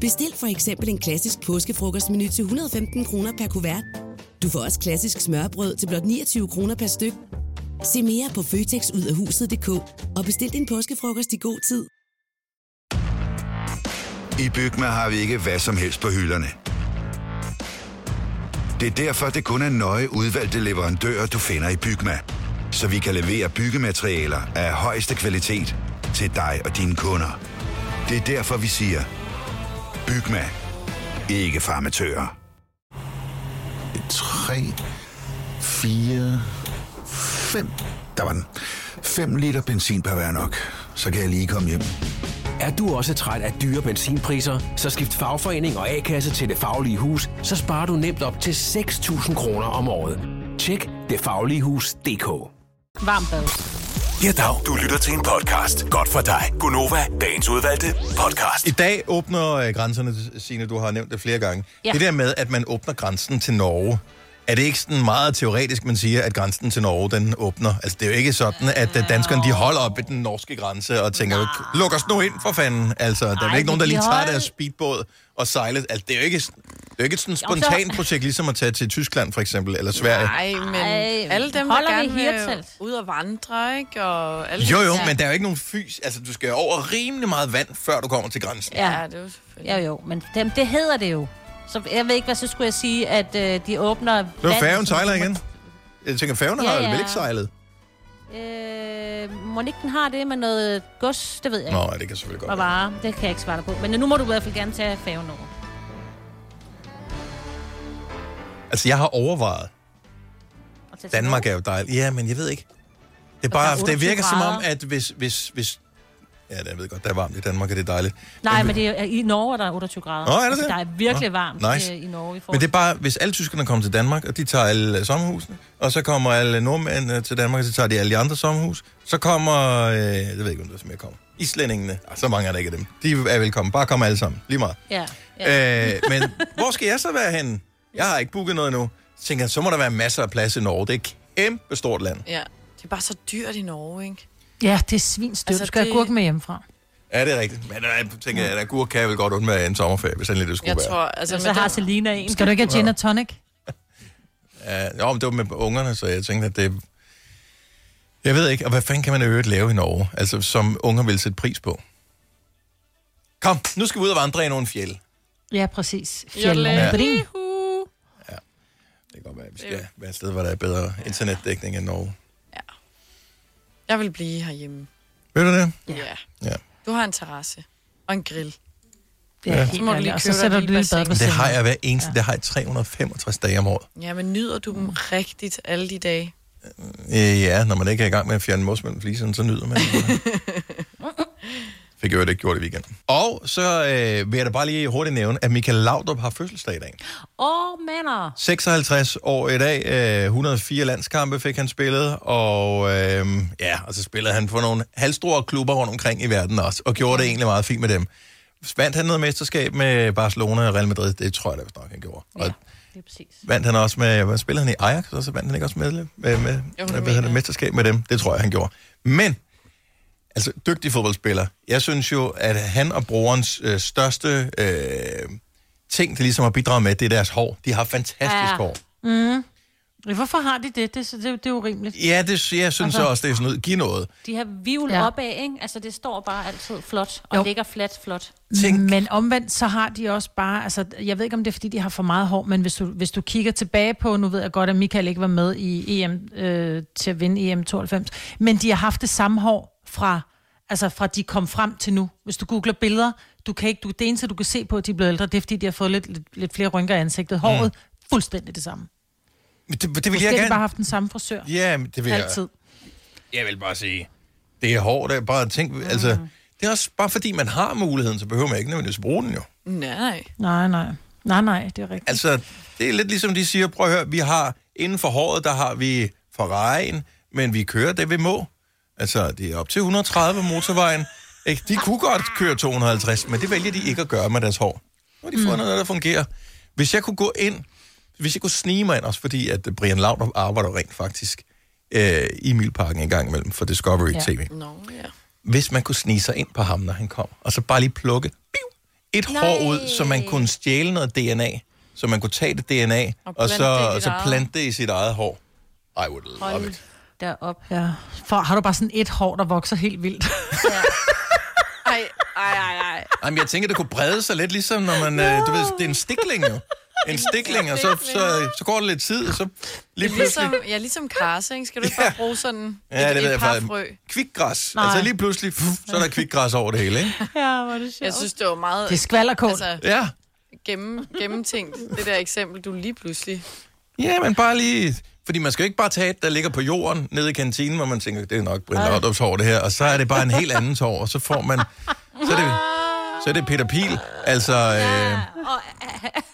S17: Bestil for eksempel en klassisk påskefrokostmenu til 115 kroner per kuvert. Du får også klassisk smørbrød til blot 29 kroner per styk. Se mere på føtexudafhuset.dk og bestil din påskefrokost i god tid.
S7: I Bygma har vi ikke hvad som helst på hylderne. Det er derfor, det kun er nøje udvalgte leverandører, du finder i Bygma. Så vi kan levere byggematerialer af højeste kvalitet til dig og dine kunder. Det er derfor, vi siger, Bygma. Ikke farmatører. 3, 4, 5. Der var den. 5 liter benzin per hver nok. Så kan jeg lige komme hjem.
S18: Er du også træt af dyre benzinpriser, så skift fagforening og A-kasse til Det Faglige Hus, så sparer du nemt op til 6.000 kroner om året. Tjek detfagligehus.dk
S4: Varmt bad.
S6: Ja, dag. Du lytter til en podcast. Godt for dig. Gunova, dagens udvalgte podcast.
S1: I dag åbner øh, grænserne, Signe, du har nævnt det flere gange.
S6: Ja.
S1: Ja. Det der med, at man åbner grænsen til Norge, er det ikke sådan meget teoretisk, man siger, at grænsen til Norge, den åbner? Altså, det er jo ikke sådan, at øh, danskerne, de holder op ved den norske grænse og tænker, luk os nu ind for fanden. Altså, der er
S6: Ej,
S1: vel ikke nogen, der
S6: men
S1: lige
S6: de
S1: tager
S6: holder-
S1: deres speedbåd og sejler. Altså, det er jo ikke, sådan- det er jo ikke et sådan
S3: Jo, så-
S1: spontant projekt, ligesom at tage til Tyskland, for eksempel, eller Sverige.
S3: Nej, men
S5: Ej,
S3: alle dem, der
S5: holder vi
S3: gerne vil
S5: Hirtshals?
S3: ud og vandre, ikke? Og alle
S1: Jo, jo,
S3: Ja.
S1: men der er jo ikke nogen fys. Altså, du skal over rimelig meget vand, før du kommer til grænsen.
S4: Ja, det er jo Ja, jo, men dem, det hedder det jo. Så jeg ved ikke, hvad så skulle jeg sige, at øh, de åbner...
S1: Nu er
S4: vandet-
S1: færgen sejler igen. Jeg tænker, færgen har
S4: Ja,
S1: ja.
S4: ja.
S1: vel ikke sejlet?
S4: Øh, må ikke den har det med noget gods? Det ved jeg
S1: Nå,
S4: ikke.
S1: ja, det kan selvfølgelig godt
S4: Og varer. Det kan jeg ikke svare dig på. Men øh, nu må du i hvert fald gerne tage færgen over.
S1: Altså, jeg har overvejet.
S4: Og tage til
S1: Danmark
S4: Norge.
S1: er jo dejligt. Ja, men jeg ved ikke. Det, er
S4: Og der er
S1: bare, det
S4: 28
S1: virker som om,
S4: grader.
S1: at hvis, hvis, hvis... Ja, det, jeg ved godt, der er varmt i Danmark, og det er dejligt.
S4: Nej, men det er, i Norge er der 28 grader.
S1: Nå, er det
S4: Altså,
S1: det?
S4: Der er virkelig
S1: Nå,
S4: varmt
S1: nice.
S4: nice. i Norge. I
S1: Men det er bare, hvis alle tyskerne kommer til Danmark, og de tager alle øh, sommerhusene, og så kommer alle nordmænd øh, til Danmark, og så tager de alle de andre sommerhus, så kommer, øh, jeg ved ikke, om det er, som jeg kommer, islændingene, ah, så mange er der ikke af dem, de er velkommen, bare kom alle sammen, lige meget.
S4: Ja.
S1: Øh, men hvor skal jeg så være henne? Jeg har ikke booket noget endnu. Så tænker jeg, så må der være masser af plads i Norge. Det er et kæmpe stort land.
S3: Ja, det er bare så dyrt i Norge, ikke?
S2: Ja, det er svinstyrt.
S3: Altså,
S2: Altså, du skal
S3: det-
S2: det... have gurk med hjemmefra.
S1: Ja, det er rigtigt. Men jeg tænker, at agurk kan jeg vel godt undvære en sommerferie, hvis endelig det skulle være.
S3: altså...
S4: så har Selina en.
S2: Skal du ikke have gin og tonic?
S1: Ja, jo, men det var med ungerne, så jeg tænkte, at det... Jeg ved ikke, og hvad fanden kan man i øvrigt lave i Norge, altså, som unger vil sætte pris på? Kom, nu skal vi ud og vandre i nogle fjelle. Det
S2: Ja, præcis.
S1: Ja.
S2: Fjellene. Ja.
S1: kan godt være, at vi skal være et sted, hvor der er bedre internetdækning end Norge.
S3: Jeg vil blive herhjemme.
S1: Ved du det?
S3: Ja. ja.
S1: Ja.
S3: Du har en terrasse og en grill.
S2: Ja, helt ærligt. Og så sætter du lige et
S1: Men det har jeg hver eneste, ja. det har jeg 365 dage om året.
S3: Ja, men nyder du
S2: Mm.
S3: dem rigtigt alle de dage?
S1: Øh, ja, når man ikke er i gang med at fjerne mos mellem fliserne, så nyder man det. Fik jeg jo ikke gjort i weekenden. Og så øh, vil jeg da bare lige hurtigt nævne, at Michael Laudrup har fødselsdag i dag.
S4: Åh, oh, mander.
S1: 56 år i dag, øh, 104 landskampe fik han spillet, og øh, ja, og så spillede han for nogle halvstore klubber rundt omkring i verden også, og gjorde det egentlig meget fint med dem. Vandt han noget mesterskab med Barcelona og Real Madrid? Det tror jeg da vist nok, han gjorde. Og
S4: Det er præcis.
S1: vandt han også med, hvad spillede han i Ajax, og så vandt han ikke også med, med, med, med hvad hedder det, mesterskab med dem. Det tror jeg, han gjorde. Men, altså, dygtig fodboldspiller. Jeg synes jo, at han og brorens øh, største øh, ting, de ligesom har bidraget med, det er deres hår. De har fantastisk ja. hår.
S2: Mm. Ja, Hvorfor har de det? Det, det, det er jo urimeligt.
S1: Ja, det, jeg synes
S2: Altså-
S1: altså, også, det er sådan noget. Giv noget.
S4: De har vivl ja.
S2: Ja.
S4: opad, ikke? Altså, det står bare altid flot, og jo.
S2: Jo.
S4: ligger fladt flot.
S2: Tænk. Men omvendt, så har de også bare, altså, jeg ved ikke, om det er, fordi de har for meget hår, men hvis du, hvis du kigger tilbage på, nu ved jeg godt, at Michael ikke var med E i EM, øh, til at vinde EM 92, men de har haft det samme hår fra, Altså fra de kom frem til nu. Hvis du googler billeder, du kan ikke, du, det eneste, du kan se på, at de er blevet ældre, det er, fordi de har fået lidt, lidt, lidt flere rynker i ansigtet. Håret, mm. fuldstændig det samme.
S1: Men det, det vil
S2: Måske
S1: jeg
S2: har
S1: gerne...
S2: de bare haft den samme frisør.
S1: Ja, men det vil
S2: Altid.
S1: jeg... Jeg vil bare sige, det er hårdt. Jeg bare tænk, mm. altså, det er også bare fordi, man har muligheden, så behøver man ikke nødvendigvis bruge den jo.
S3: Nej.
S2: Nej, nej. Nej, nej, det er rigtigt.
S1: Altså, det er lidt ligesom de siger, prøv at høre, vi har, inden for håret, der har vi Ferrari'en, men vi kører det, vi må. Altså, det er op til 130 motorvejen. Ikke? De kunne godt køre 250, men det vælger de ikke at gøre med deres hår. Nu har de
S6: Mm.
S1: fundet noget, der fungerer. Hvis jeg kunne gå ind, hvis jeg kunne snige mig ind, også fordi, at Brian Laudrup arbejder rent faktisk øh, i Milparken en gang imellem for Discovery ja. TV.
S3: Nå, ja.
S1: Hvis man kunne snige sig ind på ham, når han kom, og så bare lige plukke biu, et Nej. hår ud, så man kunne stjæle noget DNA, så man kunne tage det DNA, og, og
S4: plante
S1: så,
S4: det i
S1: og
S4: dit
S1: så
S4: eget.
S1: plante det i sit eget hår. I would love
S4: Hold
S1: it.
S4: da op.
S2: Ja. For har du bare sådan et hår, der vokser helt vildt?
S3: Ej, ej, ej, ej.
S1: Jamen, jeg tænker, det kunne brede sig lidt, ligesom når man... Øh, du ved, det er en stikling jo. En stikling, og så, så, så går det lidt tid, og så lige pludselig...
S3: Ligesom, ja, ligesom karse, ikke? Skal du ikke bare bruge sådan
S1: Ja,
S3: et,
S1: det ved
S3: et
S1: jeg
S3: par
S1: faktisk.
S3: frø?
S1: Kvikgræs.
S3: Nej.
S1: Altså lige pludselig, pff, så er der kvikgræs over det hele, ikke?
S2: Ja, hvor er det sjovt.
S3: Jeg synes, det var meget...
S2: Det er skvalderkål.
S3: Altså,
S1: Ja.
S3: gennem, gennemtænkt, det der eksempel, du lige pludselig...
S1: Ja, men bare lige... Fordi man skal jo ikke bare tage et, der ligger på jorden nede i kantinen, hvor man tænker, det er nok Brian
S3: Ej.
S1: Laudrup's hår, det her. Og så er det bare en helt anden hår, og så får man... Så er det, så er det Peter Pil, altså... Øh,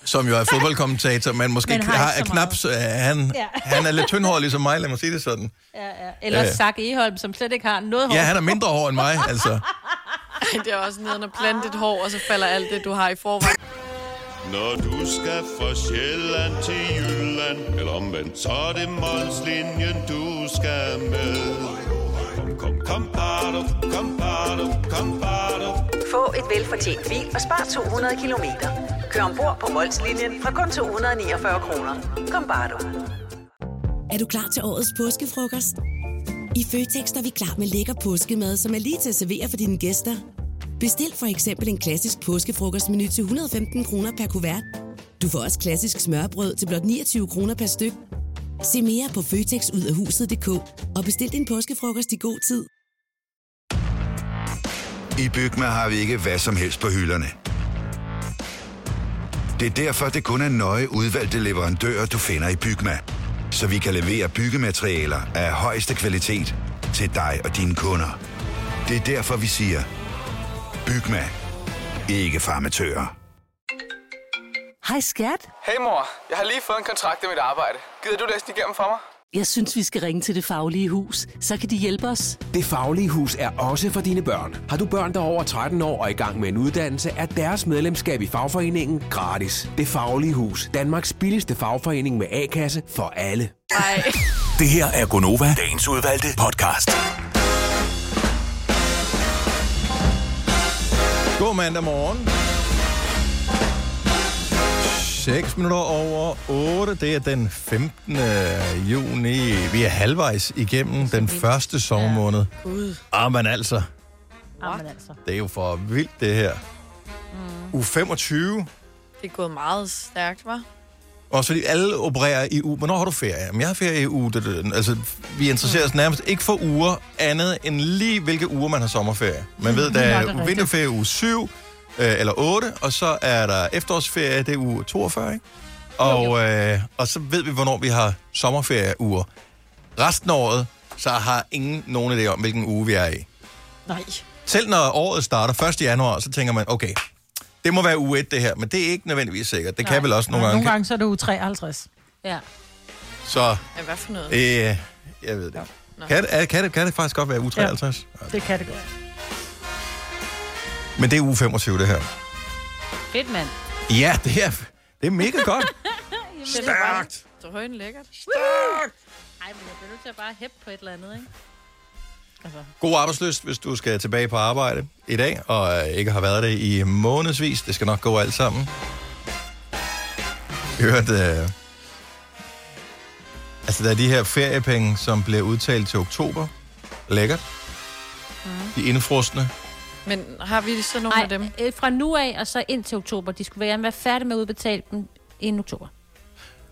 S1: som jo er fodboldkommentator, men måske
S4: Men
S1: men
S4: har
S1: har,
S4: ikke
S1: er
S4: så
S1: knap... så- Øh, han,
S4: Ja.
S1: ja. han er lidt tyndhåret ligesom mig, lad mig sige det sådan.
S4: Ja, ja. Eller
S1: Ja.
S4: ja. Zach Eholm, som slet ikke har noget hår.
S1: Ja, han er mindre hår end mig, altså.
S3: Ej, det er også nederen at plante et hår, og så falder alt det, du har i forvejen.
S15: Når du skal fra Sjælland til Jylland Eller omvendt, så er det Molslinjen, du skal med Kom, kom, kom, bado, kom, bado, kom, bado.
S16: Få et velfortjent bil og spar 200 kilometer. Kør ombord på Molslinjen fra kun 249 kroner. Kom bare du.
S17: Er du klar til årets påskefrokost? I Føtex er vi klar med lækker påskemad, som er lige til at servere for dine gæster. Bestil for eksempel en klassisk påskefrokostmenu til 115 kroner per kuvert. Du får også klassisk smørbrød til blot 29 kroner per styk. Se mere på føtexudafhuset.dk og bestil din påskefrokost i god tid.
S7: I Bygma har vi ikke hvad som helst på hylderne. Det er derfor, det kun er nøje udvalgte leverandører, du finder i Bygma. Så vi kan levere byggematerialer af højeste kvalitet til dig og dine kunder. Det er derfor, vi siger, Bygma. Ikke farmatører.
S19: Hej skat.
S20: Hey mor, jeg har lige fået en kontrakt med mit arbejde. Gider du læse den igennem for mig?
S19: Jeg synes, vi skal ringe til Det Faglige Hus. Så kan de hjælpe os.
S18: Det Faglige Hus er også for dine børn. Har du børn, der er over 13 år og i gang med en uddannelse, er deres medlemskab i fagforeningen gratis. Det Faglige Hus. Danmarks billigste fagforening med A-kasse for alle.
S6: Det her er Gonova, dagens udvalgte podcast.
S1: God mandag morgen. 6 minutter over 8. Det er den 15. juni. Vi er halvvejs igennem den første sommermåned.
S2: Gud.
S1: Ah, men altså,
S2: Jamen, altså.
S1: det er jo for vildt, det her. U 25.
S3: Det er gået meget stærkt, var.
S1: Også fordi alle opererer i uge. Hvornår har du ferie? Jamen, jeg har ferie i uge. Det, det, det. Altså, vi interesserer os nærmest ikke for uger andet end lige, hvilke uger man har sommerferie. Man ved,
S21: Mm,
S1: der
S21: det er
S1: er
S21: rigtigt.
S1: vinterferie uge 7 øh, eller 8, og så er der efterårsferie, det er uge 42, ikke? Og, øh, og så ved vi, hvornår vi har sommerferieuger. Resten af året, så har ingen nogen idé om, hvilken uge vi er i.
S2: Nej.
S1: Selv når året starter 1. januar, så tænker man, okay, det må være uge 1 det her, men det er ikke nødvendigvis sikkert. Det Nej. kan vel også nogle
S2: Nogle
S1: gange.
S2: gange, så er det u 53.
S4: Ja.
S1: Så
S3: Ja, hvad for noget?
S1: Øh, jeg ved det.
S3: Nå.
S1: ikke. Kan, det- er- kan, det, kan det faktisk godt være u 53? Ja.
S2: Det kan det godt.
S1: Men det er u 25, det her.
S4: Fedt, mand.
S1: Ja, det er, det er mega godt.
S4: Stærkt.
S3: Så højen lækkert.
S1: Stærkt.
S4: Ej, men jeg bliver nødt til at bare hæppe på et eller andet, ikke? Altså.
S1: God arbejdsløst, hvis du skal tilbage på arbejde i dag, og øh, ikke har været det i månedsvis. Det skal nok gå alt sammen. Jeg hørte, øh, altså der er de her feriepenge, som bliver udtalt til oktober. Lækkert.
S3: Mm.
S1: De indfrostende.
S3: Men har vi så nogle af dem?
S4: Øh, fra nu af og så ind til oktober. De skulle være, være færdige med at udbetale dem inden oktober.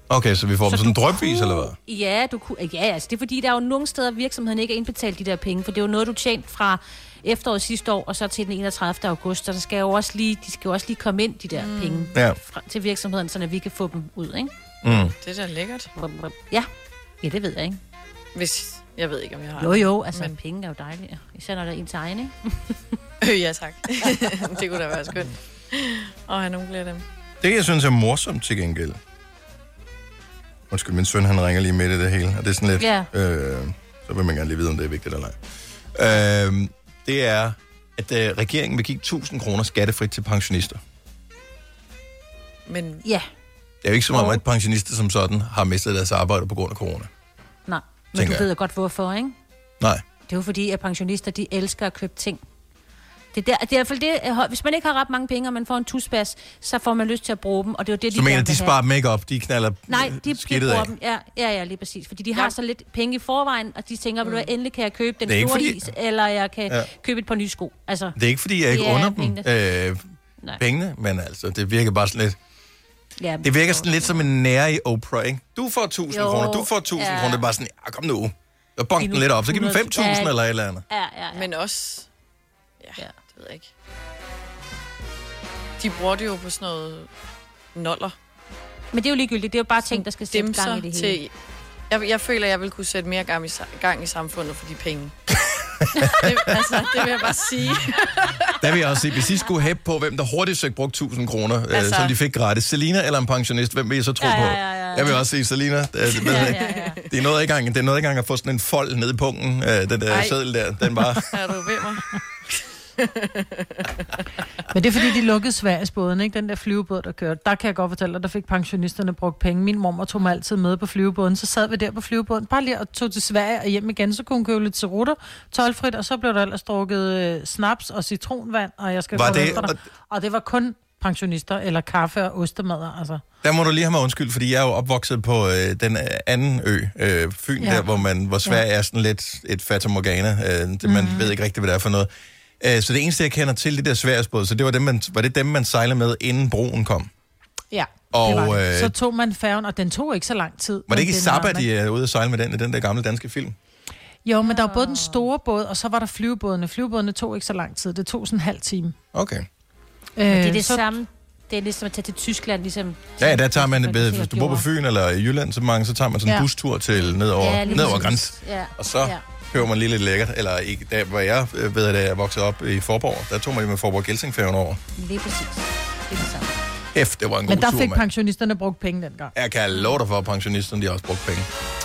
S1: Okay, så vi får dem sådan drøbvis, eller hvad?
S4: Ja, du kunne, ja, altså det er fordi, der er jo nogle steder, virksomheden ikke har indbetalt de der penge, for det er jo noget, du tjente fra efteråret sidste år, og så til den 31. august, og der skal jo også lige, de skal jo også lige komme ind, de der mm. penge
S1: Ja.
S4: fra, til virksomheden, så vi kan få dem ud, ikke?
S1: Mm.
S3: Det er da lækkert.
S4: Ja, ja det ved jeg, ikke?
S3: Hvis, jeg ved ikke, om jeg har
S4: Jo,
S3: det.
S4: jo, altså
S3: Men,
S4: Men... penge er jo dejlige. Især når der er ens egen, ikke?
S3: øh, ja, tak. det kunne da være skønt. Og have nogle flere af dem.
S1: Det, jeg synes er morsomt til gengæld. Undskyld, min søn, han ringer lige midt i det hele, og det er sådan lidt...
S4: Ja.
S1: Øh, så vil man gerne lige vide, om det er vigtigt eller ej. Øh, det er, at øh, regeringen vil give 1000 kroner skattefrit til pensionister.
S3: Men
S4: ja,
S1: Det er jo ikke så meget, at pensionister som sådan har mistet deres arbejde på grund af corona.
S4: nej. Men
S1: Tænker
S4: du
S1: jeg.
S4: ved jo godt, hvorfor, ikke?
S1: Nej.
S4: Det er jo fordi, at pensionister, de elsker at købe ting. Det er, der, det er i hvert fald det, øh, hvis man ikke har ret mange penge, og man får en tusbas, så får man lyst til at bruge dem, og det er jo det, de
S1: Så mener
S4: gerne
S1: de
S4: vil
S1: sparer
S4: have.
S1: dem ikke op, de knaller øh,
S4: Nej, de, de
S1: skidtet
S4: bruger
S1: af.
S4: dem. Ja, ja, ja, lige præcis. Fordi de har så lidt penge i forvejen, og de tænker, mm. endelig kan jeg købe den
S1: Det er
S4: store
S1: ikke
S4: fordi...
S1: fordi-
S4: is, eller jeg kan
S1: Ja.
S4: ja. købe et par nye sko. Altså,
S1: Det er ikke, fordi jeg ikke
S4: Det er
S1: under
S4: pengene.
S1: dem øh,
S4: Nej.
S1: pengene, men altså, det virker bare sådan lidt...
S4: ja,
S1: Det virker sådan lidt som en nære i Oprah, ikke? Du får 1000
S4: Jo,
S1: kroner, du får 1000
S4: ja.
S1: kroner. Det er bare sådan, ja, kom nu. Jeg bonk den lidt op, så giv dem 5.000 eller et eller andet.
S4: Ja, ja, ja.
S3: Men også... Ja, ja, det ved jeg ikke. De bruger det jo på sådan noget noller.
S4: Men det er jo ligegyldigt. Det er jo bare ting, der skal sætte
S3: Dimser
S4: gang i det hele.
S3: til... Jeg, jeg føler, jeg vil kunne sætte mere gang i, sa- gang i samfundet for de penge. det, altså, det vil jeg bare sige.
S1: Der vil jeg også sige, hvis I skulle hæppe på, hvem der hurtigst fik brugt 1000 kroner, altså.
S3: Altså.
S1: øh, som de fik gratis. Selina eller en pensionist, hvem vil I så tro
S3: Ja,
S1: på?
S3: ja, ja, ja.
S1: Jeg vil også sige Selina. Det, er- det, ja, ja, ja. det er noget ikke engang, det er noget ikke engang at få sådan en fold ned i pungen, øh, den der
S2: Ej.
S1: seddel der. Den bare...
S3: Er du ved mig?
S2: Men det er fordi, de lukkede Sverigesbåden, ikke? Den der flyvebåd, der kørte. Der kan jeg godt fortælle dig, der fik pensionisterne brugt penge. Min mormor tog mig altid med på flyvebåden. Så sad vi der på flyvebåden, bare lige og tog til Sverige og hjem igen. Så kunne hun købe lidt cerutter, tolvfrit, og så blev der ellers drukket øh, snaps og citronvand, og jeg skal
S1: Var
S2: komme
S1: det-
S2: efter dig. Og det var kun pensionister, eller kaffe og ostemader, altså.
S1: Der må du lige have mig undskyld, fordi jeg er jo opvokset på øh, den øh, anden ø, øh, Fyn, ja.
S2: Ja.
S1: der, hvor, man, hvor Sverige ja. er sådan lidt et fata morgana. Øh, det, man mm. ved ikke rigtigt, hvad det er for noget. Øh, så det eneste, jeg kender til, det der Sverigesbåd, så det var, dem, man, var det dem, man sejlede med, inden broen kom.
S2: Ja,
S1: Og,
S2: det var det.
S1: øh,
S2: Så tog man færgen, og den tog ikke så lang tid.
S1: Var
S2: men
S1: det ikke i
S2: den
S1: Zappa,
S2: man-
S1: de er ude at sejle med den, i den der gamle danske film?
S2: Jo, men der var både
S4: Ah.
S2: den store båd, og så var der flyvebådene. Flyvebådene tog ikke så lang tid. Det tog sådan en halv time.
S1: Okay.
S4: Men det er
S2: Øh,
S4: det
S2: så-
S4: samme. Det er ligesom at tage til Tyskland, ligesom...
S1: Ja, ja, der tager man, ved,
S4: sikkert
S1: hvis du bor på
S4: gjorde.
S1: Fyn eller i Jylland, så, mange, så tager man sådan en
S4: Ja.
S1: bustur til ned over,
S4: Ja,
S1: ja,
S4: lige
S1: ned over
S4: præcis.
S1: grænsen.
S4: Ja.
S1: Og så
S4: Ja.
S1: kører man lige lidt lækkert. Eller i, der, hvor jeg øh, ved, at jeg voksede op i Forborg, der tog man jo med Forborg Gelsingfærgen over.
S4: Lige præcis. Det er det samme.
S1: F, det var en god
S2: Men der
S1: tur,
S2: fik
S1: mand.
S2: pensionisterne brugt penge dengang.
S1: Jeg kan love dig for, at pensionisterne de har også brugt penge.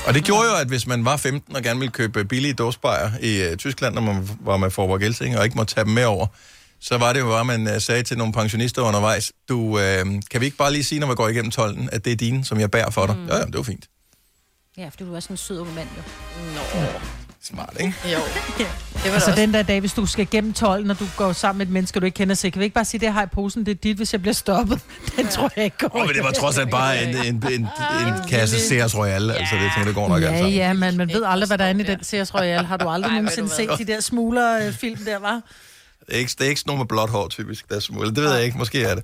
S1: Og det gjorde jo, at hvis man var 15 og gerne ville købe billige dåsbejer i øh, Tyskland, når man var med Forborg Gelsing og ikke måtte tage dem med over, så var det jo bare, at man øh, sagde til nogle pensionister undervejs, du, øh, kan vi ikke bare lige sige, når vi går igennem tolden, at det er dine, som jeg bærer for dig? Mm. Ja, ja, det var fint.
S4: Ja, for du er også en sød ung mand, jo.
S3: Nå.
S1: Smart, ikke?
S3: Jo.
S4: ja.
S3: Det var
S2: Altså
S3: altså, også...
S2: den der dag, hvis du skal gennem 12, når du går sammen med et menneske, du ikke kender sig. Kan vi ikke bare sige, det her i posen, det er dit, hvis jeg bliver stoppet? Den tror jeg ikke går.
S1: Åh, oh, men det var trods alt bare en, en, en, en, en kasse Sears Royale, altså det tænkte, det går nok alt
S2: Ah. Ja,
S1: sammen.
S2: ja, men man ved aldrig, hvad der er inde i den Sears Royale. Har du aldrig nogensinde set de der smuglerfilm der, var?
S1: Det er ikke, det er ikke sådan nogen med blåt hår, typisk, der er smule. Det ved jeg ikke, måske er det.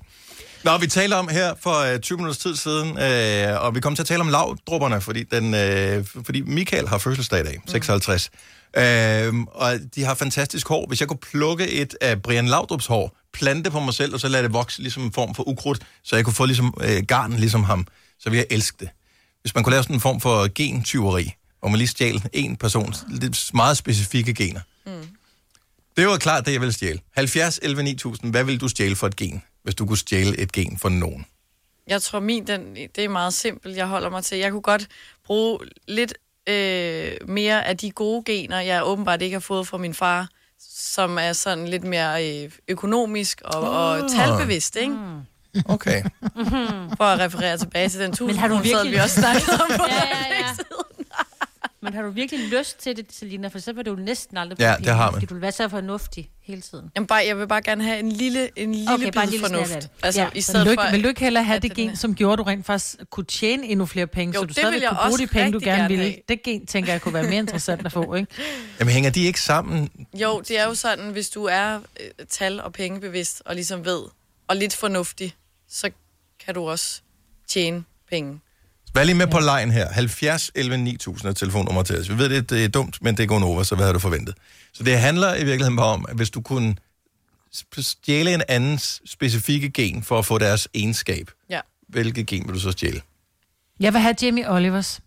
S1: Nå, vi talte om her for øh, 20 minutters tid siden, øh, og vi kom til at tale om lavdrupperne, fordi, den, øh, fordi Michael har fødselsdag i dag, 56. Øh, og de har fantastisk hår. Hvis jeg kunne plukke et af Brian Laudrups hår, plante det på mig selv, og så lade det vokse ligesom en form for ukrudt, så jeg kunne få ligesom, øh, garnen ligesom ham, så ville jeg elske det. Hvis man kunne lave sådan en form for gentyveri, hvor man lige stjal en persons lidt meget specifikke gener. Det var klart det, jeg ville stjæle. 70, 11, 9000. Hvad ville du stjæle for et gen, hvis du kunne stjæle et gen for nogen?
S3: Jeg tror, min, den, det er meget simpelt, jeg holder mig til. Jeg kunne godt bruge lidt øh, mere af de gode gener, jeg åbenbart ikke har fået fra min far, som er sådan lidt mere øh, økonomisk og, og
S4: Ah.
S3: talbevidst, ikke? Mm.
S1: Okay.
S3: For at referere tilbage til den
S4: Men har du
S3: 1000 sad
S4: virkelig...
S3: vi også snakket om.
S4: ja, ja, ja. Men har du virkelig lyst til det, Selina? For så vil du næsten aldrig
S1: Ja,
S4: blive
S1: det
S4: pæn,
S1: har man.
S4: Fordi du vil være så fornuftig hele tiden.
S3: Jamen bare, jeg vil bare gerne have en lille, en lille
S4: Okay,
S3: okay,
S4: bare en
S3: bid
S4: lille snært af
S3: fornuft.
S4: det.
S3: Altså,
S4: Ja.
S3: i
S2: Vil
S3: stedet
S2: du,
S3: for...
S2: ikke, vil du ikke hellere have det gen, som gjorde, at du rent faktisk kunne tjene endnu flere penge,
S3: Jo,
S2: så du
S3: det
S2: stadig
S3: vil jeg
S2: kunne bruge
S3: også
S2: de penge, du
S3: rigtig
S2: gerne,
S3: gerne
S2: ville?
S3: have.
S2: Det gen, tænker jeg, kunne være mere interessant at få, ikke?
S1: Jamen, hænger de ikke sammen?
S3: Jo, det er jo sådan, hvis du er øh, tal- og pengebevidst, og ligesom ved, og lidt fornuftig, så kan du også tjene penge.
S1: Vær lige med på lejen her. 70 11 9000 er telefonnummer til os. Vi ved, det, det er dumt, men det går over, så hvad havde du forventet? Så det handler i virkeligheden bare om, at hvis du kunne sp- stjæle en andens specifikke gen for at få deres egenskab,
S3: Ja.
S1: hvilket gen vil du så stjæle?
S2: Jeg vil have Jamie Olivers.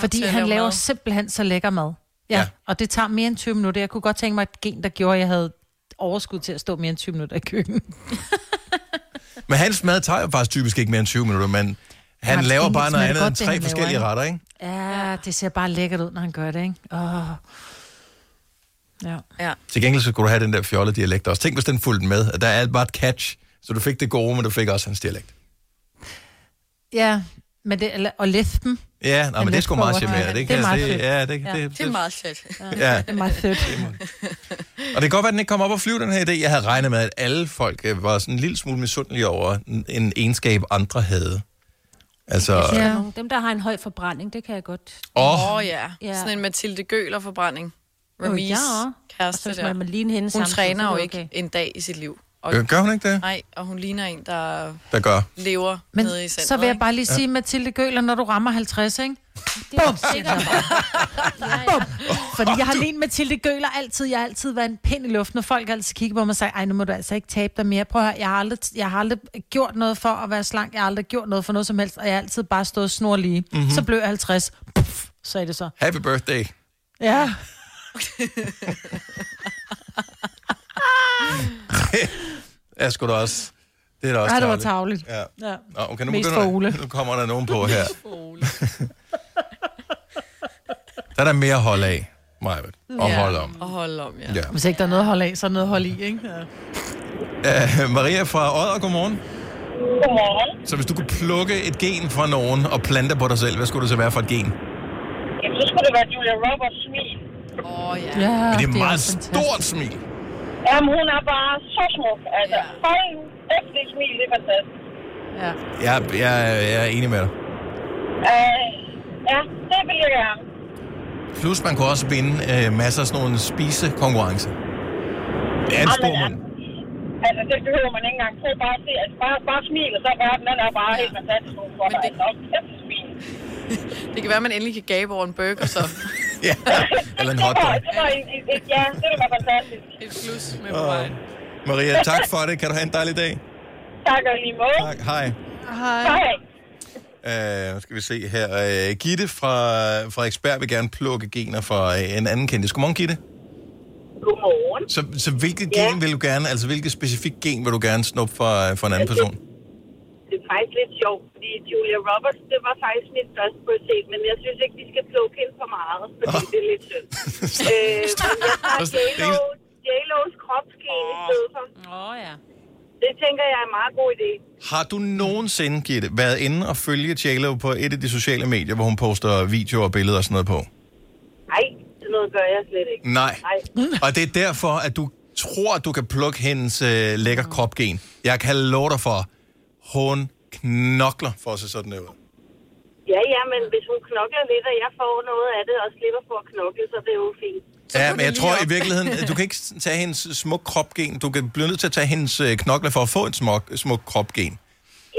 S2: Fordi
S22: til at
S2: han
S22: lave
S2: laver
S22: mad.
S2: simpelthen så lækker mad. Ja, ja, og det tager mere end 20 minutter. Jeg kunne godt tænke mig et gen, der gjorde, at jeg havde overskud til at stå mere end 20 minutter i køkkenet.
S1: Men hans mad tager jo faktisk typisk ikke mere end 20 minutter, men han
S2: Hans
S1: laver
S2: engelsk
S1: bare noget
S2: mad er
S1: andet
S2: godt,
S1: end tre
S2: det, han laver,
S1: forskellige
S2: ikke?
S1: retter, ikke?
S2: Ja, det ser bare lækkert ud, når han gør det, ikke? Åh. Ja.
S3: ja.
S1: Til gengæld så skulle du have den der fjollede dialekt også. Tænk, hvis den fulgte med, at der er bare et catch, så du fik det gode, men du fik også hans dialekt.
S2: Ja, men det, eller, og lesben.
S1: Ja, nej, men det er sgu meget charmerende.
S2: Det,
S1: kan-
S2: er meget
S1: det,
S2: fedt.
S1: ja, det,
S2: Ja.
S1: det,
S3: Det er meget fedt.
S1: Ja.
S2: Det er meget fedt.
S1: Og det kan godt være, at den ikke kom op og flyve, den her idé. Jeg havde regnet med, at alle folk øh, var sådan en lille smule misundelige over en- en egenskab, andre havde. Altså,
S4: Jeg synes, der er
S1: ja.
S4: nogen- Dem, der har en høj forbrænding, det kan jeg godt.
S1: Åh.
S3: Åh oh, ja.
S4: Ja.
S3: ja. Sådan en Mathilde Gøler-forbrænding.
S4: Åh,
S3: Remis
S4: ja. Og så
S3: kæreste
S4: hvis
S3: der.
S4: man ligner hende
S3: hun
S4: samtidig, så
S3: træner
S4: er
S3: jo
S4: det
S3: ikke en dag i sit liv.
S1: Øh, gør hun ikke det?
S3: Nej, og hun ligner en, der,
S1: der gør.
S3: lever Men,
S2: Men
S3: nede i centret.
S2: så vil jeg bare lige
S1: Ja.
S2: sige, Mathilde Gøler, når du rammer 50, ikke? Det er Bum! Bum! Fordi jeg har lignet Mathilde Gøler altid. Jeg har altid været en pind i luften, og folk har altid kigget på mig og sagt, ej, nu må du altså ikke tabe dig mere. Prøv at høre, jeg har, aldrig, jeg har aldrig gjort noget for at være slank. Jeg har aldrig gjort noget for noget som helst, og jeg har altid bare stået snor lige.
S1: Mhm.
S2: Mm-hmm. Så blev jeg 50. Puff, så er det så.
S1: Happy birthday.
S2: Ja.
S1: er sgu da også. Det er da også
S2: Ej, det var
S1: tarveligt.
S2: tarveligt.
S1: Ja.
S2: Ja.
S1: Nå, okay, nu,
S2: Mest
S1: begynder,
S2: for Ole.
S1: nu kommer der nogen på her. der er der mere hold af, Majbet. Og
S2: Ja.
S1: hold om.
S3: Og hold om, ja.
S1: Ja.
S2: Hvis ikke der er noget at holde af, så er der noget at holde i, ikke? Ja.
S1: Uh, Maria fra Odder, godmorgen.
S12: Godmorgen.
S1: Så hvis du kunne plukke et gen fra nogen og plante på dig selv, hvad skulle det så være for et
S2: Ah,
S1: gen?
S12: Jamen, så skulle det være Julia Roberts smil.
S3: Åh, oh, ja.
S1: Ja, Men det er det er meget også fantastisk. stort smil.
S12: Jamen, hun er bare så smuk. Altså, ja. hold nu, kæft, det smil, det er fantastisk.
S2: Ja.
S1: Jeg, jeg, jeg er enig med dig.
S12: Øh, ja, det vil jeg gerne.
S1: Plus, man kunne også vinde øh, masser af sådan nogle spisekonkurrencer. Det er en
S12: Jamen,
S1: stor
S12: ja.
S1: mund.
S12: Altså, det behøver man ikke engang. Prøv bare at se, altså, bare, bare smil, og så rør den, den er bare helt fantastisk. Hun får dig altså også kæft smil.
S3: Det kan være, at man endelig kan gabe over en burger, så.
S1: ja, eller en
S12: Det var,
S1: hotdog.
S12: det var en, en, en, ja, det var fantastisk.
S3: Et plus med
S1: på vejen. Øh, Maria, tak for det. Kan du have en dejlig dag?
S12: Tak og i lige måde.
S1: Tak. Hej.
S2: Hej.
S12: Hej.
S1: Uh, skal vi se her. Uh, Gitte fra, fra Expert vil gerne plukke gener fra øh, en anden kendis. Godmorgen, Gitte.
S12: Godmorgen.
S1: Så, så hvilket gen vil du gerne, altså hvilket specifikt gen vil du gerne snuppe fra, fra en anden person?
S12: Det er faktisk lidt sjovt, fordi Julia Roberts, det var faktisk mit første prioritet, men jeg synes ikke, vi skal plukke hende for meget, fordi det er lidt synd. øh, men jeg tager J-Lo, J-Lo's kropsgen i stedet for. Åh oh, ja. Det tænker jeg er en meget god idé.
S1: Har du nogensinde, Gitte, været inde og følge Jalo på et af de sociale medier, hvor hun poster videoer og billeder og sådan noget på?
S12: Nej, sådan noget gør jeg slet ikke.
S1: Nej.
S12: Nej.
S1: Og det er derfor, at du tror, at du kan plukke hendes øh, lækker
S12: Mm.
S1: kropgen. Jeg kan love dig for, hun knokler for at se sådan her ud.
S12: Ja, ja, men hvis hun knokler lidt, og jeg får noget af det, og slipper for at knokle, så er det jo fint.
S1: Ja, men jeg tror i virkeligheden, at du kan ikke tage hendes smuk kropgen. Du kan blive nødt til at tage hendes øh, knokler for at få en smuk, smuk kropgen.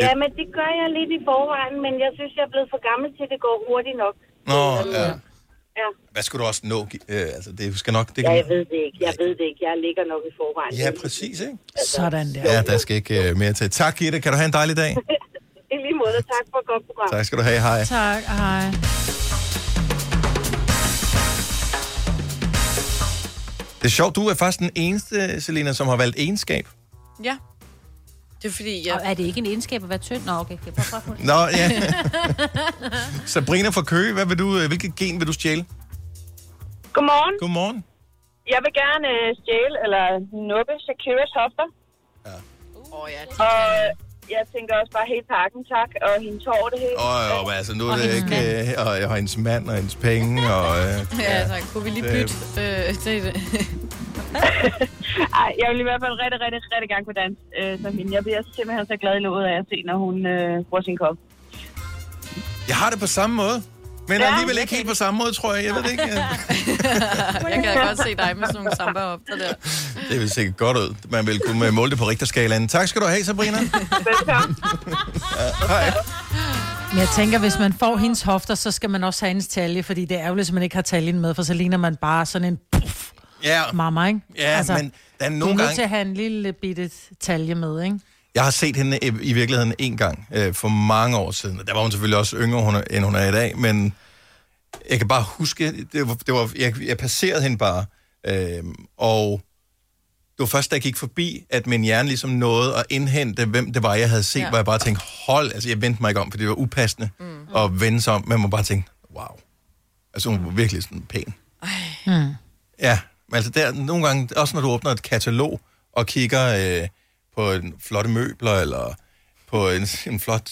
S12: Ja, men det gør jeg lidt i forvejen, men jeg synes, jeg er blevet for gammel til, at det går hurtigt nok.
S1: Nå, ja.
S12: Ja.
S1: Hvad skal du også nå? Gi- Øh, altså, det skal nok... Det
S12: Ja,
S1: kan...
S12: jeg ved det ikke. Jeg ved det ikke. Jeg ligger nok i forvejen. Altså,
S1: Ja, præcis, ikke?
S2: Sådan der.
S1: Ja, der skal ikke øh, mere til. Tak, Gitte. Kan du have en dejlig dag?
S12: I lige måde, tak for et godt program.
S1: Tak skal du have. Hej.
S2: Tak, hej.
S1: Det er sjovt, du er faktisk den eneste, Selina, som har valgt egenskab.
S3: Ja. Det er fordi, jeg...
S4: Og er det ikke en egenskab at være tynd? Nå, okay. Jeg prøver, prøver.
S1: Nå, ja. Sabrina fra Køge, hvad vil du, øh, hvilket gen vil du stjæle?
S12: Godmorgen.
S1: Godmorgen.
S12: Jeg vil gerne øh, stjæle eller nuppe Shakiras hofter.
S3: Åh, ja.
S12: Og øh, jeg tænker også bare helt pakken, tak. Og hendes hår, det hele.
S1: Åh, oh, jo, men altså, nu er
S12: Og
S1: det
S12: hendes
S1: ikke... Øh, og jeg har hendes mand og hendes penge, og... Øh,
S3: Ja, altså, kunne vi lige
S1: Det-
S3: bytte øh, til det?
S12: Ej, jeg vil i hvert fald rigtig, rigtig, rigtig gerne kunne danse øh, som hende. Jeg bliver simpelthen så glad i låget af at se, når hun øh, bruger sin kop.
S1: Jeg har det på samme måde, men
S12: Ja,
S1: alligevel ikke helt på samme måde, tror jeg. Jeg ved det ikke. øh.
S3: jeg kan godt se dig med sådan nogle samba op der.
S1: Det vil sikkert godt ud. Man vil kunne øh, måle det på rigterskalaen. Tak skal du have, Sabrina.
S12: Velkommen.
S1: Ja, hej.
S2: Men jeg tænker, hvis man får hendes hofter, så skal man også have hendes talje, fordi det er ærgerligt, hvis man ikke har taljen med, for så ligner man bare sådan en puff
S1: Ja,
S2: mamma, ikke?
S1: ja altså, men der er
S2: du er
S1: nogle
S2: nødt
S1: gange...
S2: til at have en lille bitte talje med, ikke?
S1: Jeg har set hende i, i virkeligheden en gang øh, for mange år siden. Der var hun selvfølgelig også yngre, hun, er- end hun er i dag, men jeg kan bare huske, det var, det var, jeg, jeg passerede hende bare, øh, og det var først, da jeg gik forbi, at min hjerne ligesom nåede at indhente, hvem det var, jeg havde set,
S8: Ja.
S1: ja. hvor jeg bare tænkte, hold, altså jeg vendte mig ikke om, for det var upassende mm. at vende sig om, men man bare tænkte, wow. Altså hun var virkelig sådan pæn.
S2: Mm.
S1: Ja, men altså der, nogle gange, også når du åbner et katalog og kigger øh, på en flotte møbler, eller på en, en flot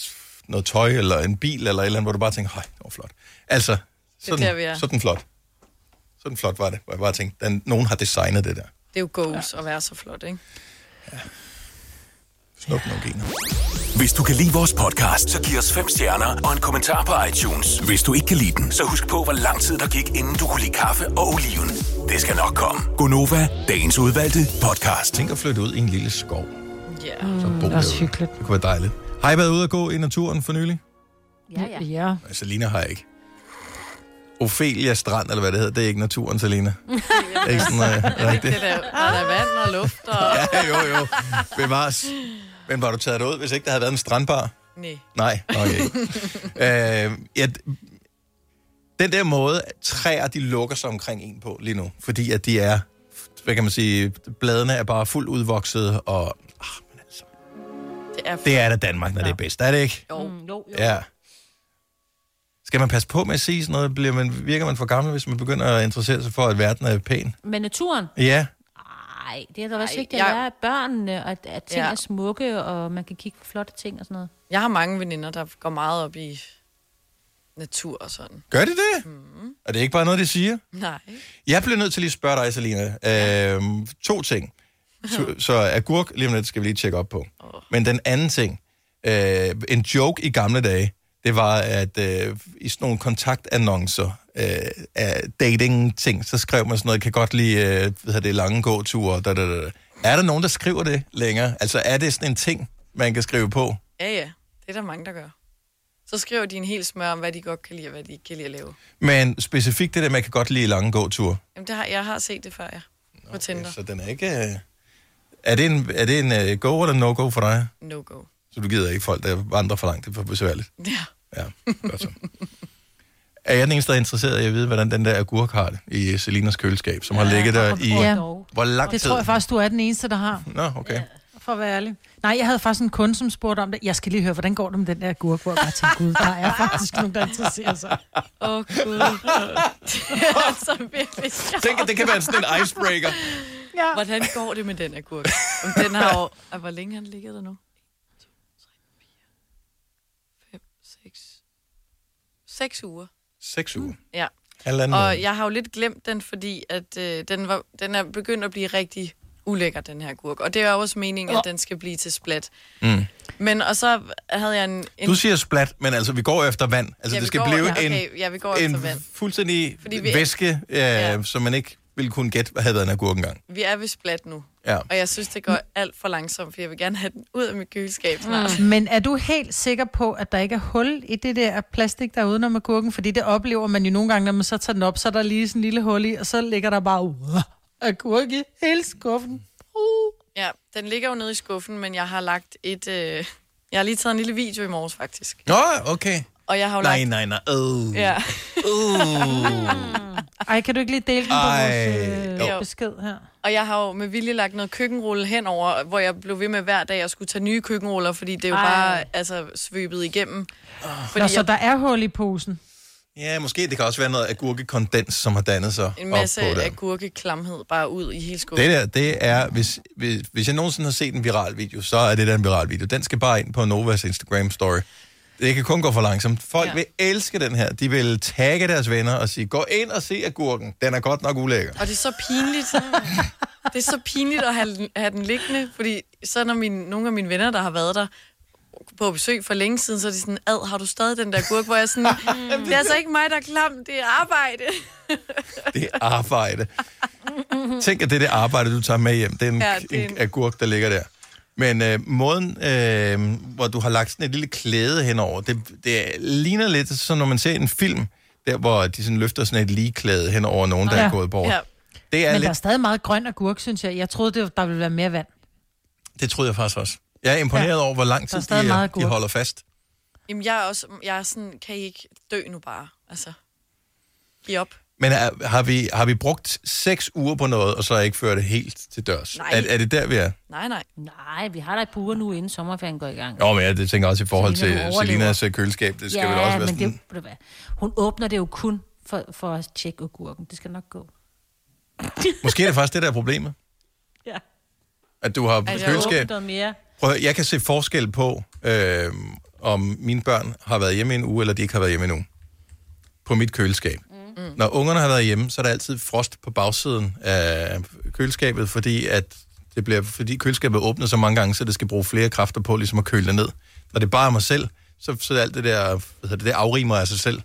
S1: noget tøj, eller en bil, eller et eller andet, hvor du bare tænker, hej, det var flot. Altså, sådan,
S3: der, vi er.
S1: sådan flot. Sådan flot var det, hvor jeg bare tænkte, den, nogen har designet det der.
S3: Det er jo goals ja. at være så flot, ikke?
S1: Snuk nogle gener.
S6: Hvis du kan lide vores podcast, så giv os fem stjerner og en kommentar på iTunes. Hvis du ikke kan lide den, så husk på, hvor lang tid der gik, inden du kunne lide kaffe og oliven. Det skal nok komme.
S1: Gonova, dagens udvalgte podcast. Tænk at flytte ud i en lille skov.
S3: Ja.
S2: Mm,
S1: Bo
S2: det er også
S1: derude.
S2: hyggeligt.
S1: Det kunne være dejligt. Har I været ude at gå i naturen for nylig?
S2: Ja, ja. ja.
S1: Nej, Selina har jeg ikke. Ophelia Strand, eller hvad det hedder, det er ikke naturen, Selina. Det er ikke sådan, øh, rigtigt.
S3: Det der, der er vand og luft og...
S1: Ja, jo, jo. Bevares. Men var du taget derud, hvis ikke der havde været en strandbar?
S3: Nej.
S1: Nej, okay. øh, ja, den der måde, træer, de lukker sig omkring en på lige nu, fordi at de er, hvad kan man sige, bladene er bare fuldt udvoksede, og ah, altså.
S3: Det er,
S1: det er da Danmark, når det er bedst, er det ikke?
S3: Jo. Mm, jo, jo.
S1: Ja. Skal man passe på med at sige sådan noget? Bliver man, virker man for gammel, hvis man begynder at interessere sig for, at verden er pæn?
S4: Men naturen?
S1: Ja,
S4: Nej, det er da også
S3: Ej,
S4: vigtigt at
S3: jeg-
S4: lære af børnene, og at, at ting
S3: Ja.
S4: ja. er smukke, og man kan kigge på flotte ting og sådan noget.
S3: Jeg har mange veninder, der går meget op i natur og sådan.
S1: gør det det? Mm. Er det ikke bare noget, de siger?
S3: Nej.
S1: Jeg bliver nødt til lige at spørge dig, Selina. Øhm, to ting. Så, så agurk, lige om lidt, skal vi lige tjekke op på. Men den anden ting, øh, en joke i gamle dage, det var, at øh, i sådan nogle kontaktannoncer øh, af dating-ting, så skrev man sådan noget, kan godt lide øh, hvad hedder det, lange gåture. Da, da, da. da." Er der nogen, der skriver det længere? Altså, er det sådan en ting, man kan skrive på?
S3: Ja, ja. Det er der mange, der gør. Så skriver de en hel smør om, hvad de godt kan lide, og hvad de ikke kan lide at lave.
S1: Men specifikt det der med, kan godt lide lange gåture.
S3: Jamen, det har, jeg har set det før, ja. På Tinder.
S1: Så den er ikke... øh, Er det en, er det en øh, go eller no-go for dig?
S3: No-go.
S1: Så du gider ikke folk, der vandrer for langt. Det er for besværligt.
S3: Ja.
S1: Ja, godt så. Er jeg den eneste, der er interesseret i at vide, hvordan den der agurk har det i Selinas køleskab, som har ligget der i...
S2: Ja.
S1: Hvor lang tid?
S2: Det tror jeg faktisk, du er den eneste, der har.
S1: Nå, okay.
S2: For at være ærlig. Nej, jeg havde faktisk en kunde, som spurgte om det. Jeg skal lige høre, hvordan går det med den der agurk, hvor jeg bare tænkte, gud, der er faktisk nogen, der interesserer sig.
S3: Åh, oh, gud. det er altså virkelig sjovt.
S1: Tænk, at det kan være sådan en icebreaker.
S3: Ja. Hvordan går det med den agurk? Om den har jo... Ah, Hvor længe har den ligget der nu? 1, 2, 3, 4, 5, 6... 6 uger.
S1: Seks uger.
S3: Ja.
S1: Halvanden
S3: og
S1: måned.
S3: jeg har jo lidt glemt den, fordi at, øh, den, var, den er begyndt at blive rigtig ulækker, den her gurk. Og det er jo også meningen, at den skal blive til splat.
S1: Mm.
S3: Men, og så havde jeg en... en
S1: Du siger splat, men altså, vi går efter vand. Altså,
S3: Ja, vi
S1: det skal
S3: går-
S1: blive
S3: ja, okay,
S1: en,
S3: ja, vi går efter
S1: en
S3: vand.
S1: fuldstændig
S3: Fordi vi-
S1: væske, øh, ja. som man ikke ville kunne gætte, hvad havde været en agurk engang.
S3: vi er ved splat nu.
S1: Ja.
S3: Og jeg synes, det går alt for langsomt, for jeg vil gerne have den ud af mit køleskab snart.
S2: Men er du helt sikker på, at der ikke er hul i det der plastik, der er udenom agurken? Fordi det oplever man jo nogle gange, når man så tager den op, så er der lige sådan en lille hul i, og så ligger der bare uh, agurk i hele skuffen.
S3: Ja, den ligger jo nede i skuffen, men jeg har lagt et... Øh, jeg har lige taget en lille video i morges, faktisk.
S1: Nå, okay.
S3: Og jeg har jo
S1: Nej,
S3: lagt...
S1: nej, nej. Øh.
S3: Ja.
S1: Uh.
S2: Ej, kan du ikke lige dele den på vores
S3: Ej,
S2: øh,
S3: jo.
S2: besked her?
S3: Og jeg har jo med vilje lagt noget køkkenrulle henover, hvor jeg blev ved med hver dag at skulle tage nye køkkenruller, fordi det er jo
S2: Ej.
S3: Ej. bare altså, svøbet igennem.
S2: Fordi Nå, så der er hul i posen.
S1: Ja, måske det kan også være noget agurkekondens, som har dannet sig
S3: en masse
S1: op på det.
S3: agurkeklamhed bare ud i hele skuffen.
S1: Det der, det er, hvis, hvis, hvis jeg nogensinde har set en viral video, så er det der en viral video. Den skal bare ind på Novas Instagram story. Det kan kun gå for langsomt. Folk ja. vil elske den her. De vil tagge deres venner og sige, gå ind og se agurken. Den er godt nok ulækker.
S3: Og det er så pinligt. det er så pinligt at have, den- have den liggende, fordi så når mine, nogle af mine venner, der har været der på besøg for længe siden, så er de sådan, ad, har du stadig den der gurk, hvor jeg er sådan, mm, det er altså ikke mig, der er klam, det er arbejde.
S1: Det er arbejde. Tænk, at det er det arbejde, du tager med hjem. Det er en,
S3: Ja,
S1: ja,
S3: det er
S1: en...
S3: en-
S1: agurk, der ligger der. Men øh, måden, øh, hvor du har lagt sådan et lille klæde henover, det, det ligner lidt, som når man ser en film, der hvor de sådan løfter sådan et ligeklæde henover nogen, der ja. er gået bort. Ja. Det er
S2: Men
S1: lidt,
S2: der er stadig meget grøn og gurk, synes jeg. Jeg troede, det var, der ville være mere vand.
S1: det troede jeg faktisk også. Jeg er imponeret
S2: Ja.
S1: ja. over, hvor lang
S2: Der er
S1: tid
S2: stadig
S1: de, øh,
S2: meget
S1: de
S2: agurk.
S1: holder fast.
S3: Jamen, jeg er også, jeg er sådan, kan I ikke dø nu bare? Altså, giv op.
S1: Men er, har, vi, har vi brugt seks uger på noget, og så ikke ført det helt til dørs?
S4: Nej.
S1: Er, er det der, vi er?
S3: Nej, nej.
S4: Nej, vi har da et par uger nu, inden sommerferien går i gang.
S1: Jo, men jeg det tænker jeg også i forhold
S4: Selina, hun
S1: til
S4: overlever.
S1: Selinas øh, køleskab. Det skal
S4: ja,
S1: vel også være
S4: men
S1: sådan...
S4: det, ved du hvad, hun åbner det jo kun for, for at tjekke agurken. Det skal nok gå.
S1: Måske er det faktisk det, der er problemet.
S4: Ja.
S1: At du har
S4: Altså,
S1: køleskab.
S4: åbne noget mere.
S1: Prøv at høre, jeg kan se forskel på, øh, om mine børn har været hjemme i en uge, eller de ikke har været hjemme endnu. På mit køleskab. Mm. Når ungerne har været hjemme, så er der altid frost på bagsiden af køleskabet, fordi at det bliver, fordi køleskabet åbner så mange gange, så det skal bruge flere kræfter på ligesom at køle det ned. Når det bare er mig selv, så, så er alt det der, hvad hedder det, det afrimer af sig selv.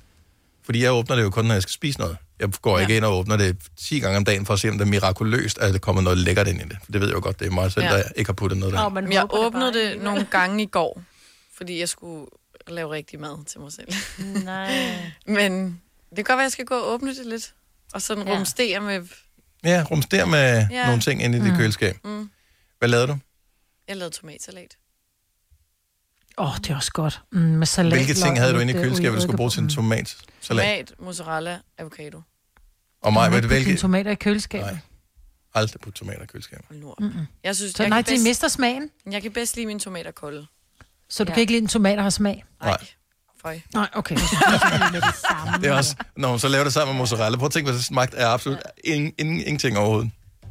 S1: Fordi jeg åbner det jo kun, når jeg skal spise noget. Jeg går ja. ikke ind og åbner det 10 gange om dagen for at se, om det er mirakuløst, at der kommer noget lækkert ind i det. For det ved jeg jo godt, det er mig selv,
S3: Ja.
S1: ja. der ikke har puttet noget der.
S3: Nå, men jeg åbnede det, det nogle gange i går, fordi jeg skulle lave rigtig mad til mig selv.
S4: Nej.
S3: Men det kan godt være, at jeg skal gå og åbne det lidt. Og sådan
S4: Ja.
S3: ja. rumstere med...
S1: Ja, rumster med
S3: Ja.
S1: ja. nogle ting inde i dit
S3: Mm.
S1: mm. køleskab.
S3: Mm,
S1: Hvad lavede du?
S3: jeg lavede tomatsalat.
S2: Åh, oh, det er også godt. Mm, med salat. øh,
S1: Hvilke ting havde du inde i køleskabet, du skulle
S2: bruge?
S1: bruge til en tomatsalat?
S3: Tomat, mozzarella, avocado.
S1: Og mig, ved du
S2: Hvilke?
S1: hvilke?
S2: tomater i køleskabet. Nej.
S1: Aldrig putte tomater i køleskabet.
S2: Mm-mm.
S3: Jeg synes,
S2: Så
S3: jeg
S2: nej,
S3: kan
S2: de mister smagen.
S3: Jeg kan bedst lide mine tomater kolde.
S2: Så du
S3: Ja.
S2: ja. kan ikke lide, at tomater har smag?
S1: Nej.
S3: Føj.
S2: Nej, okay.
S1: Det er også, når man så laver det sammen med mozzarella. Prøv at tænke, hvad det smagt er absolut ingen, ingen, ingenting overhovedet. Og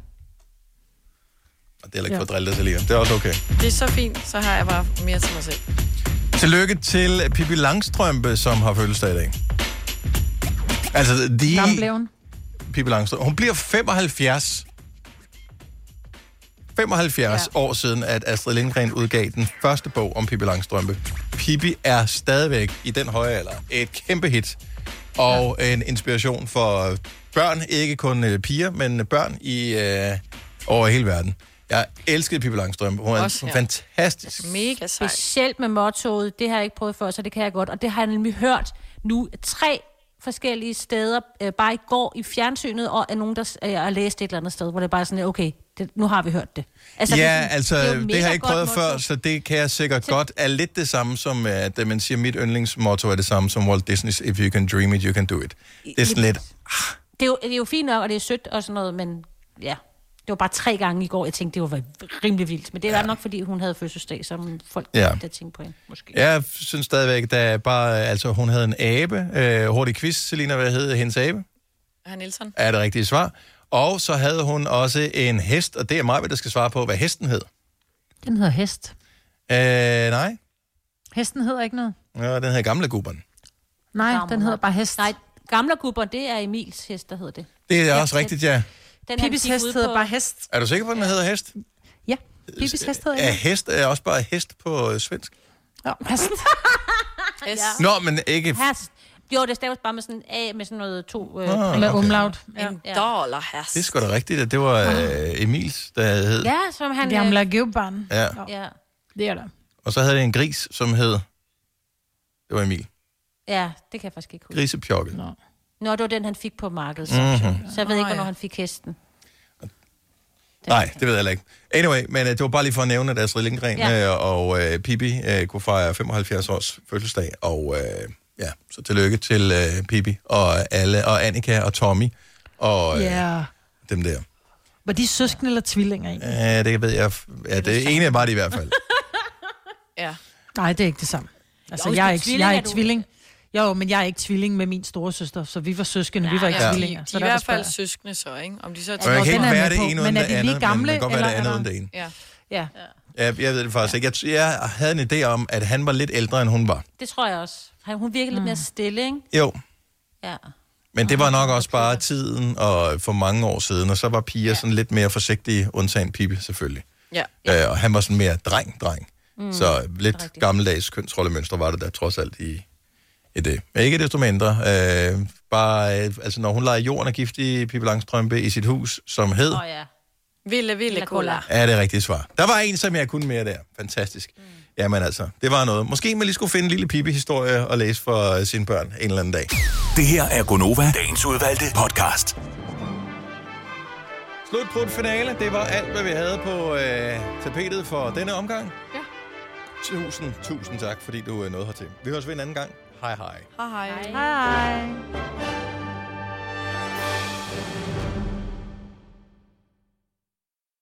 S1: det er heller ikke
S3: Ja.
S1: for at drille dig til lige. Det er også okay.
S3: Det er så fint, så har jeg bare mere til mig selv.
S1: Tillykke til Pippi Langstrømpe, som har fødselsdag i dag. Altså, de...
S2: Gammel blev hun.
S1: Pippi Langstrømpe. Hun bliver 75. 75 ja. år siden, at Astrid Lindgren udgav den første bog om Pippi Langstrømpe. Pippi er stadigvæk i den høje alder et kæmpe hit. Og ja. en inspiration for børn, ikke kun øh, piger, men børn i øh, over hele verden. Jeg elskede Pippi Langstrømpe. Hun er
S4: Også,
S1: Også,
S4: ja.
S1: ja. fantastisk.
S3: Mega sejt.
S4: Specielt med mottoet, det har jeg ikke prøvet før, så det kan jeg godt. Og det har jeg nemlig hørt nu tre forskellige steder, øh, bare i går i fjernsynet, og er nogen, der øh, har læst et eller andet sted, hvor det bare er sådan, okay, det, nu har vi hørt det.
S1: Altså,
S4: det er
S1: ja,
S4: sådan-
S1: altså,
S4: er jo
S1: det,
S4: mega
S1: har jeg ikke
S4: godt
S1: prøvet
S4: motto.
S1: før, så det kan jeg sikkert godt. Er lidt det samme som, øh, at man siger, mit yndlingsmotto er det samme som Walt Disney's, if you can dream it, you can do it. Det er sådan lidt,
S4: Det er, jo, det er jo fint nok, og det er sødt og sådan noget, men ja, det var bare tre gange i går, jeg tænkte, det var rimelig vildt. Men det var nok, fordi hun havde fødselsdag, som folk
S1: Ja.
S4: ja. der tænkte på hende, måske.
S1: jeg synes stadigvæk, der er bare, altså, hun havde en abe, øh, hurtig quiz, Selina, hvad hed hendes abe?
S3: Er han Nielsen?
S1: Er det rigtige svar? Og så havde hun også en hest, og det er mig, der skal svare på, hvad hesten hed.
S2: Den hedder hest.
S1: Øh, nej,
S2: Hesten hedder ikke noget.
S1: ja, den hedder gamle gubben.
S2: Nej, den hedder bare hest.
S4: Nej, gamle gubber, det er Emils hest, der hedder det.
S1: Det er også rigtigt, ja.
S4: Den
S2: Pippis hest hedder bare hest.
S1: Er du sikker på, at den hedder hest?
S2: Ja, Pippis hest hedder
S1: Er
S2: ikke.
S1: hest er også bare hest på øh, svensk?
S2: Ja, hest.
S4: Ja.
S1: Nå, men ikke
S4: Hast. Jo, det staves bare med sådan A, med sådan noget to...
S1: Nå,
S4: prikker.
S1: Med okay.
S2: umlaut.
S4: En dollar hast.
S1: Det er sgu da rigtigt, at det var øh, Emils, der hed.
S4: Ja, som han... øh,
S2: Gamle gubbarn.
S1: Ja.
S4: Ja.
S2: Det er der.
S1: Og så havde det en gris, som hed... Det var Emil.
S4: Ja, det kan jeg faktisk ikke huske.
S1: Grisepjokket.
S4: Nå, det var den, han fik på markedet. Så,
S1: Mhm.
S4: mm-hmm. så jeg ved ikke,
S2: Nå,
S4: hvornår
S2: ja.
S4: han fik hesten.
S1: Nej, det ved jeg heller ikke. Anyway, men øh, det var bare lige for at nævne, at Astrid Lindgren
S4: Ja.
S1: ja. og øh, Pippi øh, kunne fejre 75 års fødselsdag. Og øh, ja, så tillykke til øh, Pippi og alle, og Annika og Tommy og øh, yeah.
S2: Ja.
S1: dem der.
S2: Var de søskende eller tvillinger egentlig?
S1: Ja, det ved jeg. Ja, det ene var det i hvert fald.
S2: Nej, det er ikke det samme. Altså,
S4: Jo,
S2: jo, jeg, er
S4: hvis
S2: ikke,
S4: du er
S2: jeg
S4: tvilling,
S2: er ikke
S4: er du-
S2: tvilling. Jo, men jeg er ikke tvilling med min storesøster, så vi var søskende, ja, vi var ikke ja.
S3: de,
S2: tvillinger.
S3: de
S2: så
S3: er i
S2: derfor
S3: hvert fald
S2: spørger
S3: søskende så, ikke? Om de så er
S1: Og jeg kan ikke
S2: den er
S1: være
S2: jeg
S1: det
S2: med
S1: ene
S2: på.
S1: uden
S2: Men er
S1: det
S2: de lige
S1: andet, men det
S2: gamle,
S1: kan godt være det andet
S2: eller er
S1: uden
S2: der-
S1: det ene.
S3: Ja.
S4: Ja,
S1: Ja, jeg ved det faktisk ikke. Jeg, t- jeg havde en idé om, at han var lidt ældre, end hun var.
S4: det tror jeg også. Han, hun virker lidt mere stille, ikke?
S1: Jo,
S4: Ja.
S1: men det var nok også bare tiden og for mange år siden, og så var piger ja. sådan lidt mere forsigtige, undtagen Pippi selvfølgelig.
S3: Ja.
S1: Ja. Øh, og han var sådan mere dreng-dreng.
S3: Mm,
S1: Mm, så lidt gammeldags kønsrollemønster var det der trods alt i, i det. Men ikke desto mindre. Øh, bare, øh, altså når hun leger jorden og gift i Pippi Langstrømpe i sit hus, som hed...
S4: Åh, ja.
S3: Ville, ville, cola.
S1: er det rigtige svar. Der var en, som jeg kunne mere der. Fantastisk. Mm. Jamen altså, det var noget. Måske man lige skulle finde en lille pibehistorie og læse for øh, sine børn en eller anden dag.
S6: Det her er Gonova, dagens udvalgte podcast.
S1: Slut på finale. Det var alt, hvad vi havde på øh, tapetet for denne omgang.
S3: Ja.
S1: Tusind, tusind tak, fordi du øh, nåede hertil. Vi høres ved en anden gang. Hej hej.
S3: Hej hej. Hej hej.